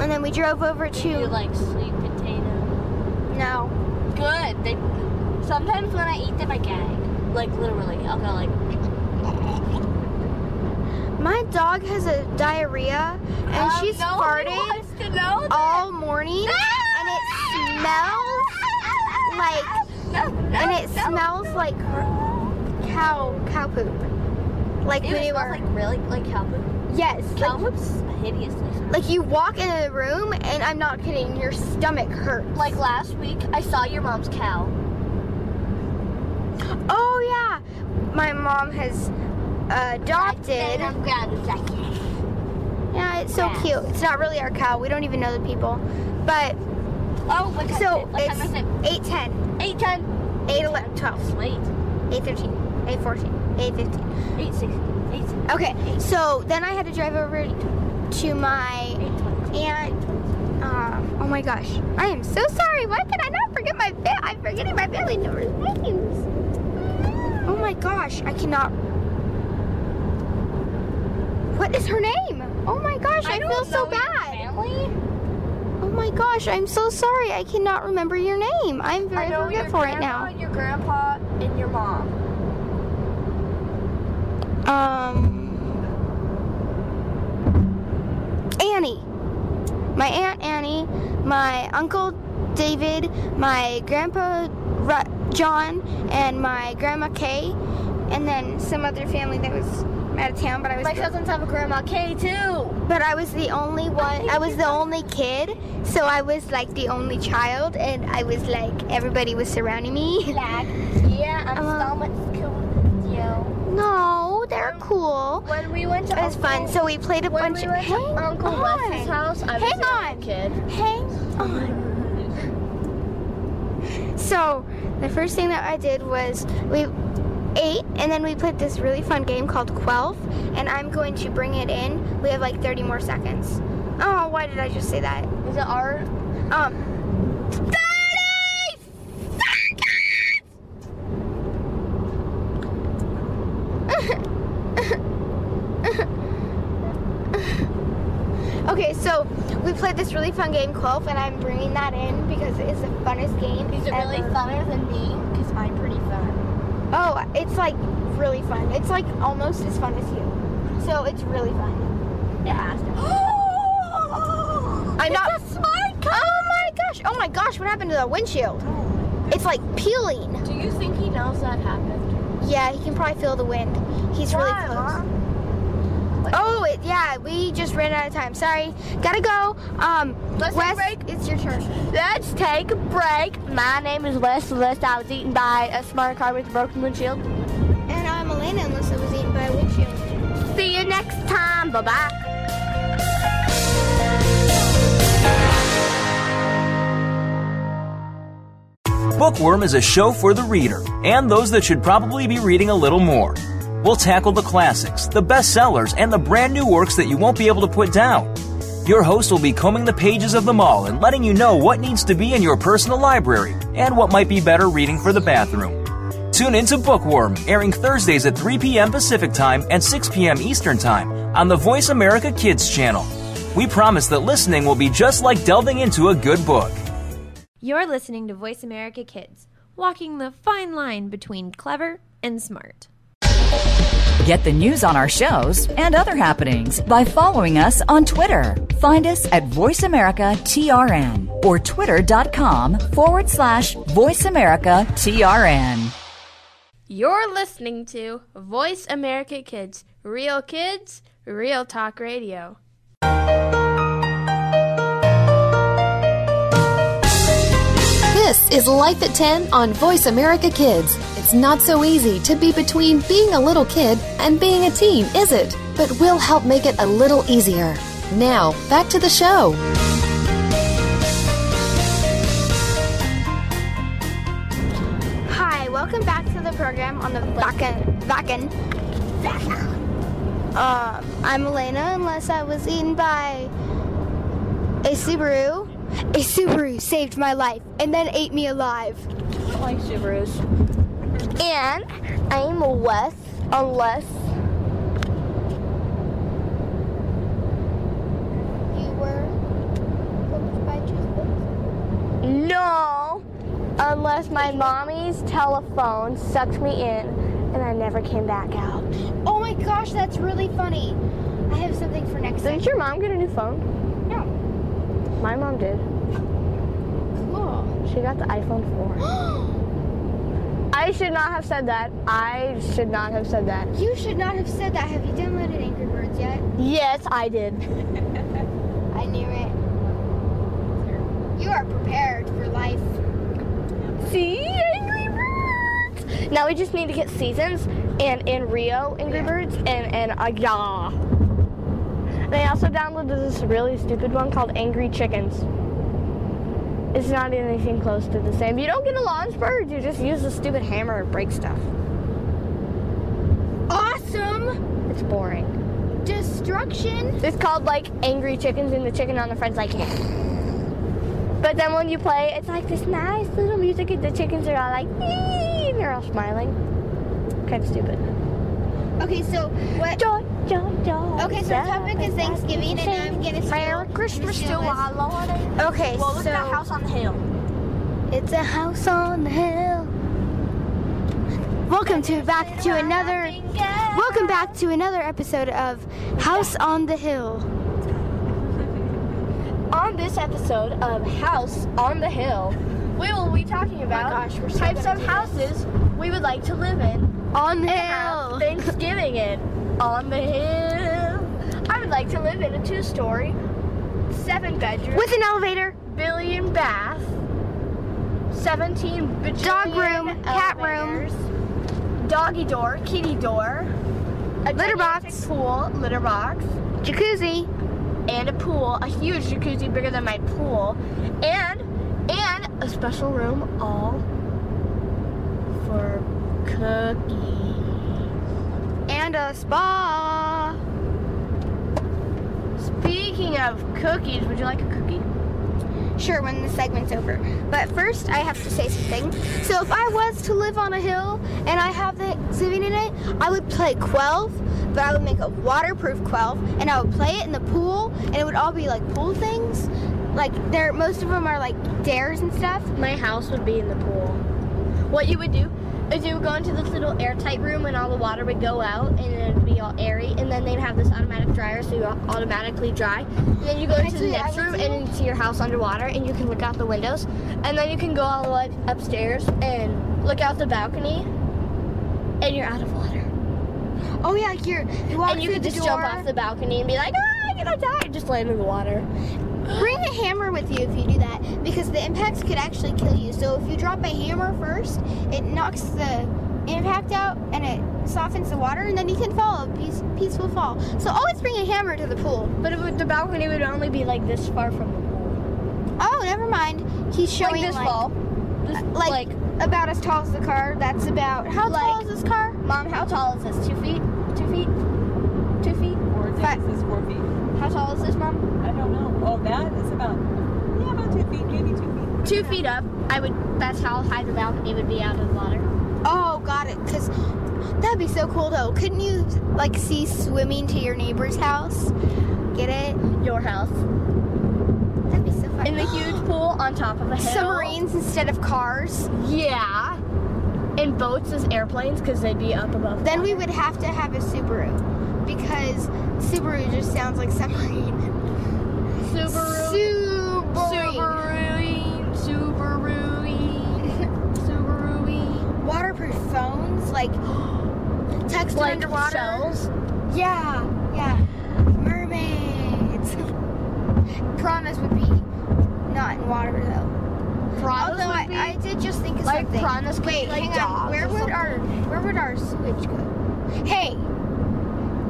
[SPEAKER 6] And then we drove over to. you like sweet potato? No. Good. They, sometimes when I eat them, I gag. Like literally, I'll go like. My dog has a diarrhea and she's farting all morning and it smells like and it smells like cow cow poop. Like when you are like really like cow poop. Yes, cow like, poop's hideously. Like you walk in the room and I'm not kidding, your stomach hurts. Like last week, I saw your mom's cow. Oh yeah, my mom has adopted. Yeah, it's so cute. It's not really our cow. We don't even know the people, but oh, what time so it's eight ten, eight ten, eight eleven, twelve, late, eight thirteen, eight fourteen, eight fifteen, eight sixteen, eight. Okay, so then I had to drive over to my aunt. Um, oh my gosh, I am so sorry. Why can I not forget my? fa- I'm forgetting my family members' names. Oh my gosh, I cannot what is her name? Oh my gosh, I, feel so bad. Oh my gosh, I'm so sorry. I cannot remember your name. I'm very forgetful right now. Your grandpa and your mom. Um Annie. My aunt Annie, my uncle David, my grandpa Ru- John, and my grandma Kay, and then some other family that was out of town, but I was. My cousins have a grandma Kay too. But I was the only one. I was the only kid, so I was like the only child, and I was like everybody was surrounding me. yeah, I'm so much cool with you. No, they're cool. When we went to it was fun. So we played a bunch of hang Uncle on. Wes's house. I hang was on, kid. Hang on. So the first thing that I did was we eight, and then we played this really fun game called Quelf, and I'm going to bring it in. We have like 30 more seconds. Oh, why did I just say that? Is it our? Um. 30 seconds! okay, so we played this really fun game, Quelf, and I'm bringing that in because it's the funnest game. Is it really funner than me? Because I'm pretty fun. Oh, it's like really fun. It's like almost as fun as you. So it's really fun. Yeah. I'm not a smart car. Oh my gosh. Oh my gosh, what happened to the windshield? It's like peeling. Do you think he knows that happened? Yeah, he can probably feel the wind. He's really close. Oh, it, yeah, we just ran out of time. Sorry. Gotta go. Um, Let's take a break. It's your turn. Let's take a break. My name is Wes. Unless I was eaten by a smart car with a broken windshield. And
[SPEAKER 5] uh,
[SPEAKER 6] I'm Elena, unless I was eaten by a windshield. See you next time. Bye bye.
[SPEAKER 3] Bookworm is a show for the reader and those that should probably be reading a little more. We'll tackle the classics, the bestsellers, and the brand new works that you won't be able to put down. Your host will be combing the pages of the mall and letting you know what needs to be in your personal library and what might be better reading for the bathroom. Tune into Bookworm, airing Thursdays at 3 p.m. Pacific Time and 6 p.m. Eastern Time on the Voice America Kids channel. We promise that listening will be just like delving into a good book.
[SPEAKER 12] You're listening to Voice America Kids, walking the fine line between clever and smart.
[SPEAKER 8] Get the news on our shows and other happenings by following us on Twitter. Find us at VoiceAmericaTRN or twitter.com forward slash VoiceAmericaTRN.
[SPEAKER 13] You're listening to Voice America Kids, real kids, real talk radio.
[SPEAKER 4] This is Life at 10 on Voice America Kids. It's not so easy to be between being a little kid and being a teen, is it? But we'll help make it a little easier. Now, back to the show.
[SPEAKER 6] Hi, welcome back to the program on the Vakken. Vakken. Um, I'm Elena, unless I was eaten by a Subaru. A Subaru saved my life and then ate me alive. I like Subarus. And I'm Wes, unless. You were cooked by toothpicks? No! Unless my mommy's telephone sucked me in and I never came back out. Oh my gosh, that's really funny. I have something for next Didn't your mom get a new phone? No. My mom did. Cool. She got the iPhone 4. I should not have said that. I should not have said that.
[SPEAKER 5] You should not have said that. Have you downloaded Angry Birds yet?
[SPEAKER 6] Yes, I did.
[SPEAKER 5] I knew it. You are prepared for life.
[SPEAKER 6] See? Angry Birds! Now we just need to get seasons and in Rio Angry Birds and and uh, yeah. They also downloaded this really stupid one called Angry Chickens. It's not anything close to the same. You don't get a launch bird, you just use a stupid hammer and break stuff. Awesome! It's boring. Destruction? It's called like Angry Chickens and the chicken on the front's like But then when you play, it's like this nice little music, and the chickens are all like, "Ee," and they're all smiling. Kind of stupid.
[SPEAKER 5] Okay, so what?
[SPEAKER 6] Joy, joy, joy.
[SPEAKER 5] Okay, so the topic is Thanksgiving, and I'm gonna steal. Merry Christmas
[SPEAKER 6] to our Lord.
[SPEAKER 5] Okay,
[SPEAKER 6] Well, look at
[SPEAKER 5] so
[SPEAKER 6] that house on the hill.
[SPEAKER 5] It's a house on the hill.
[SPEAKER 6] Welcome to back to another. Welcome back to another episode of House on the Hill. On this episode of House on the Hill, we will be talking
[SPEAKER 5] Oh
[SPEAKER 6] about types of houses we would like to live in on the hill. Thanksgiving in on the hill. I would like to live in a two-story, seven-bedroom with an elevator, billion bath, seventeen dog room, cat room doggy door, kitty door, a litter box, pool, litter box, jacuzzi, and a pool, a huge jacuzzi bigger than my pool, and and a special room all for cookies and a spa. Speaking of cookies, would you like a cookie?
[SPEAKER 5] Sure, when the segment's over. But first, I have to say something. So, if I was to live on a hill and I have Thanksgiving in it, I would play Quelve, but I would make a waterproof Quelve, and I would play it in the pool, and it would all be like pool things. Like, there, most of them are like dares and stuff.
[SPEAKER 6] My house would be in the pool. What you would do is you would go into this little airtight room and all the water would go out and it would be all airy and then they'd have this automatic dryer so you automatically dry. And then you go into the next room and into your house underwater and you can look out the windows. And then you can go all the way upstairs and look out the balcony and you're out of water.
[SPEAKER 5] Oh, yeah, like you're, you walk
[SPEAKER 6] and you
[SPEAKER 5] through
[SPEAKER 6] could
[SPEAKER 5] the
[SPEAKER 6] just jump
[SPEAKER 5] door.
[SPEAKER 6] off the balcony and be like, ah, I'm gonna die, and just land in the water.
[SPEAKER 5] Bring a hammer with you if you do that, because the impacts could actually kill you. So if you drop a hammer first, it knocks the impact out and it softens the water, and then you can fall a peace, peaceful fall. So always bring a hammer to the pool.
[SPEAKER 6] But it would, the balcony would only be like this far from the
[SPEAKER 5] pool. Oh, never mind. He's
[SPEAKER 6] Like
[SPEAKER 5] showing
[SPEAKER 6] this wall.
[SPEAKER 5] like, about as tall as the car. That's about how tall is this car?
[SPEAKER 6] Mom, how tall is this? Two feet? Two feet? Two feet?
[SPEAKER 14] Or is it- this is four feet.
[SPEAKER 6] How tall is this, Mom? I don't know. Oh, that is about yeah, about two feet, maybe two feet. Two feet up. I would. That's how high the balcony would be out of the water.
[SPEAKER 5] Oh, got it. Cause that'd be so cool though. Couldn't you like see swimming to your neighbor's house? Get it?
[SPEAKER 6] Your house.
[SPEAKER 5] That'd be so fun.
[SPEAKER 6] In the huge pool on top of a hill.
[SPEAKER 5] Submarines
[SPEAKER 6] instead of cars. Yeah. In boats as airplanes because they'd be up above.
[SPEAKER 5] Then we would have to have a Subaru because Subaru just sounds like submarine.
[SPEAKER 6] Subaru. Subaru. Subaru. Subaru.
[SPEAKER 5] Waterproof phones, like text
[SPEAKER 6] Like
[SPEAKER 5] underwater.
[SPEAKER 6] shells?
[SPEAKER 5] Yeah, yeah. Mermaids. Piranhas would be not in water though.
[SPEAKER 6] Piranhas
[SPEAKER 5] Although
[SPEAKER 6] would
[SPEAKER 5] I,
[SPEAKER 6] be-
[SPEAKER 5] I did just think of
[SPEAKER 6] like
[SPEAKER 5] something.
[SPEAKER 6] piranhas could
[SPEAKER 5] Wait,
[SPEAKER 6] be like
[SPEAKER 5] hang on.
[SPEAKER 6] dogs
[SPEAKER 5] Where
[SPEAKER 6] or
[SPEAKER 5] would our where would our sewage go? Hey,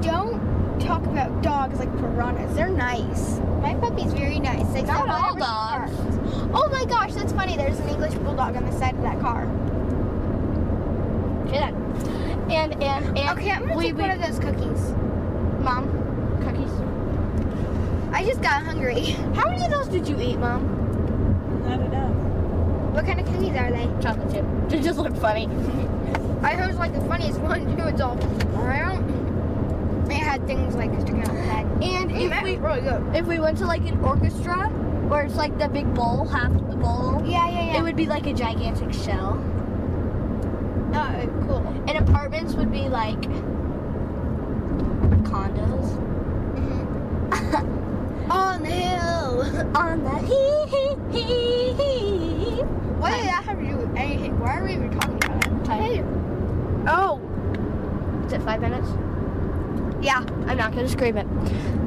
[SPEAKER 5] don't talk about dogs like piranhas. They're nice. My puppy's very nice. Except
[SPEAKER 6] Not all
[SPEAKER 5] whenever she barks. Oh my gosh, that's funny. There's an English bulldog on the side of that car.
[SPEAKER 6] Okay, then. And and and.
[SPEAKER 5] Okay, I'm gonna
[SPEAKER 6] we,
[SPEAKER 5] take
[SPEAKER 6] we,
[SPEAKER 5] one of those cookies.
[SPEAKER 6] Mom, cookies.
[SPEAKER 5] I just got hungry.
[SPEAKER 6] How many of those did you eat, Mom? Not enough.
[SPEAKER 5] What kind of cookies are they?
[SPEAKER 6] Chocolate chip. They just look funny.
[SPEAKER 5] I chose like the funniest one too. It's all around. It had things like sticking out the head.
[SPEAKER 6] And
[SPEAKER 5] Mm,
[SPEAKER 6] if
[SPEAKER 5] that
[SPEAKER 6] we
[SPEAKER 5] was really good.
[SPEAKER 6] if we went to like an orchestra where it's like the big bowl, half the bowl.
[SPEAKER 5] Yeah, yeah, yeah.
[SPEAKER 6] It would be like a gigantic shell.
[SPEAKER 5] Uh, cool.
[SPEAKER 6] And apartments would be like condos.
[SPEAKER 5] On the hill.
[SPEAKER 6] On the hee hee hee hee.
[SPEAKER 5] What did that have to do with anything? Why are we even talking about it? Hey.
[SPEAKER 6] Oh. Is it five minutes? Yeah. I'm not gonna scream it.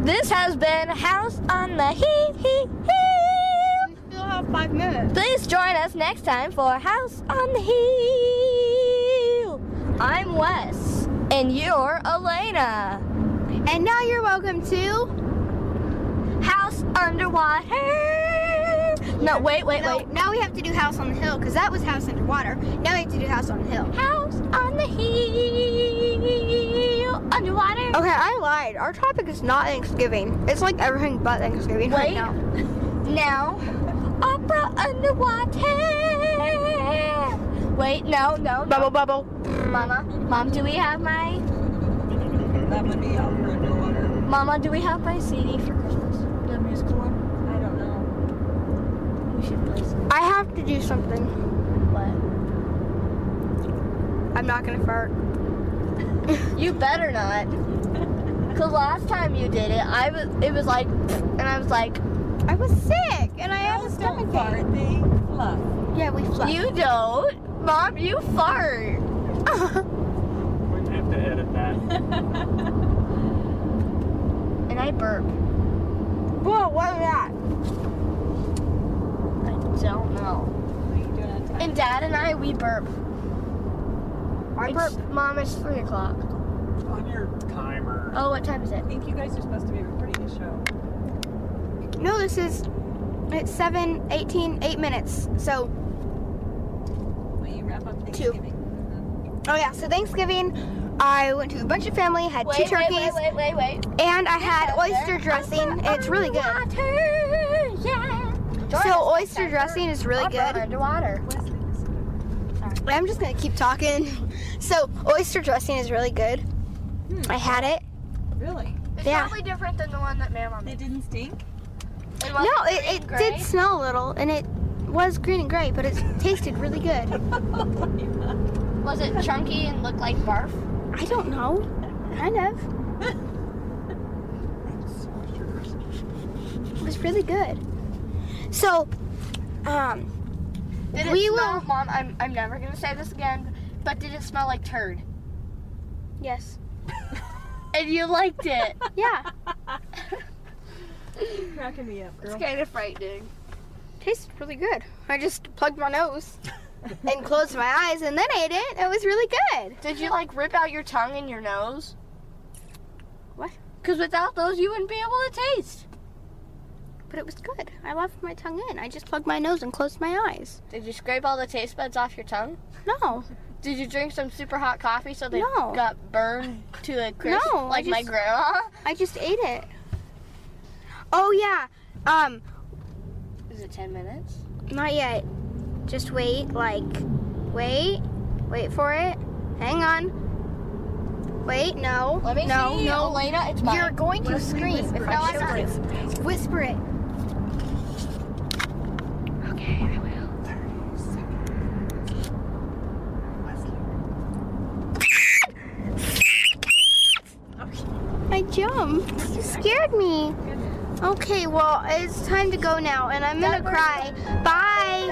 [SPEAKER 6] This has been House on the Hee Hee Hee.
[SPEAKER 5] We still have five minutes.
[SPEAKER 6] Please join us next time for House on the Heel. I'm Wes, and you're Elena.
[SPEAKER 5] And now you're welcome to.
[SPEAKER 6] House underwater. No, wait, wait,
[SPEAKER 5] No,
[SPEAKER 6] wait.
[SPEAKER 5] now we have to do House on the Hill because that was House Underwater. Now we have to do House on the Hill.
[SPEAKER 6] House on the Heel. Underwater.
[SPEAKER 5] Okay, I lied. Our topic is not Thanksgiving. It's like everything but Thanksgiving right
[SPEAKER 6] Wait.
[SPEAKER 5] now.
[SPEAKER 6] Now, opera underwater. Wait, no, no. Bubble,
[SPEAKER 5] bubble.
[SPEAKER 6] Mama, mom, do we have my?
[SPEAKER 15] That would be opera underwater.
[SPEAKER 6] Mama, do we have my CD for Christmas? The musical one.
[SPEAKER 15] I don't know.
[SPEAKER 6] We should play some.
[SPEAKER 5] I have to do something.
[SPEAKER 6] What?
[SPEAKER 5] I'm not gonna fart.
[SPEAKER 6] You better not. Cause last time you did it, I was. It was like, and I was like,
[SPEAKER 5] I was sick and I had a stomach fart. They fluff. Yeah, we fluff.
[SPEAKER 6] you don't, mom, you fart.
[SPEAKER 16] Wouldn't have to edit that.
[SPEAKER 6] And I burp.
[SPEAKER 5] Whoa, what was that?
[SPEAKER 6] I don't know. And dad and I, we burp.
[SPEAKER 5] I
[SPEAKER 6] It's- Mom, it's three o'clock.
[SPEAKER 16] On your timer.
[SPEAKER 6] Oh, what time is it?
[SPEAKER 15] I think you guys are supposed to be recording the show.
[SPEAKER 5] No, this is it's 7, 18, 8 minutes. So
[SPEAKER 15] Will you wrap up Thanksgiving?
[SPEAKER 5] oh yeah, so Thanksgiving I went to a bunch of family, had two turkeys,
[SPEAKER 6] Wait, wait, wait, wait.
[SPEAKER 5] and I had oyster dressing. It's really good.
[SPEAKER 6] Water, yeah.
[SPEAKER 5] So oyster dressing is really good.
[SPEAKER 6] Underwater.
[SPEAKER 5] I'm just gonna keep talking. So oyster dressing is really good. I had it.
[SPEAKER 15] Really?
[SPEAKER 6] It's
[SPEAKER 5] Yeah.
[SPEAKER 6] probably different than the one that Mama made.
[SPEAKER 15] It didn't stink?
[SPEAKER 6] It
[SPEAKER 5] No,
[SPEAKER 6] wasn't green,
[SPEAKER 5] it, it
[SPEAKER 6] gray.
[SPEAKER 5] did smell a little, and it was green and gray, but it tasted really good.
[SPEAKER 6] Was it chunky and looked like barf?
[SPEAKER 5] I don't know. Kind of. It was really good. So, um,
[SPEAKER 6] Did it
[SPEAKER 5] We
[SPEAKER 6] smell,
[SPEAKER 5] will-
[SPEAKER 6] Mom? I'm, I'm never gonna say this again, but did it smell like turd?
[SPEAKER 5] yes.
[SPEAKER 6] And you liked it.
[SPEAKER 5] Yeah.
[SPEAKER 15] You're cracking me up,
[SPEAKER 6] it's
[SPEAKER 15] girl.
[SPEAKER 6] kind of frightening.
[SPEAKER 5] Tasted really good. I just plugged my nose and closed my eyes and then ate it. It was really good.
[SPEAKER 6] Did you like rip out your tongue and your nose?
[SPEAKER 5] What?
[SPEAKER 6] Because without those, you wouldn't be able to taste.
[SPEAKER 5] But it was good. I left my tongue in. I just plugged my nose and closed my eyes.
[SPEAKER 6] Did you scrape all the taste buds off your tongue?
[SPEAKER 5] No.
[SPEAKER 6] Did you drink some super hot coffee so they
[SPEAKER 5] No.
[SPEAKER 6] got burned to a crisp
[SPEAKER 5] No, I
[SPEAKER 6] like my
[SPEAKER 5] just-
[SPEAKER 6] grandma?
[SPEAKER 5] I just ate it.
[SPEAKER 6] Oh yeah. Um,
[SPEAKER 5] Is it 10 minutes?
[SPEAKER 6] not yet. Just wait. Like, wait, wait for it. Hang on. Wait, no.
[SPEAKER 5] Let me
[SPEAKER 6] no,
[SPEAKER 5] see,
[SPEAKER 6] No,
[SPEAKER 5] Elena, it's mine.
[SPEAKER 6] You're going to
[SPEAKER 5] Whisper,
[SPEAKER 6] scream
[SPEAKER 5] whisper.
[SPEAKER 6] if
[SPEAKER 5] No,
[SPEAKER 6] I
[SPEAKER 5] I'm not.
[SPEAKER 6] show it. Whisper it. I jumped. You scared me. Okay, well, it's time to go now, and I'm gonna cry. Bye.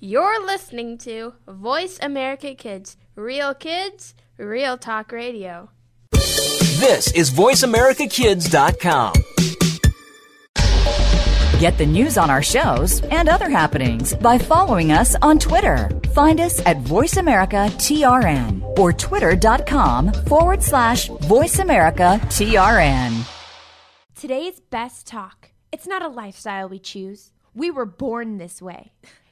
[SPEAKER 17] You're listening to Voice America Kids, real kids, real talk radio.
[SPEAKER 3] This is VoiceAmericaKids.com.
[SPEAKER 18] Get the news on our shows and other happenings by following us on Twitter. Find us at VoiceAmericaTRN or twitter.com forward slash VoiceAmericaTRN.
[SPEAKER 8] Today's best talk. It's not a lifestyle we choose. We were born this way.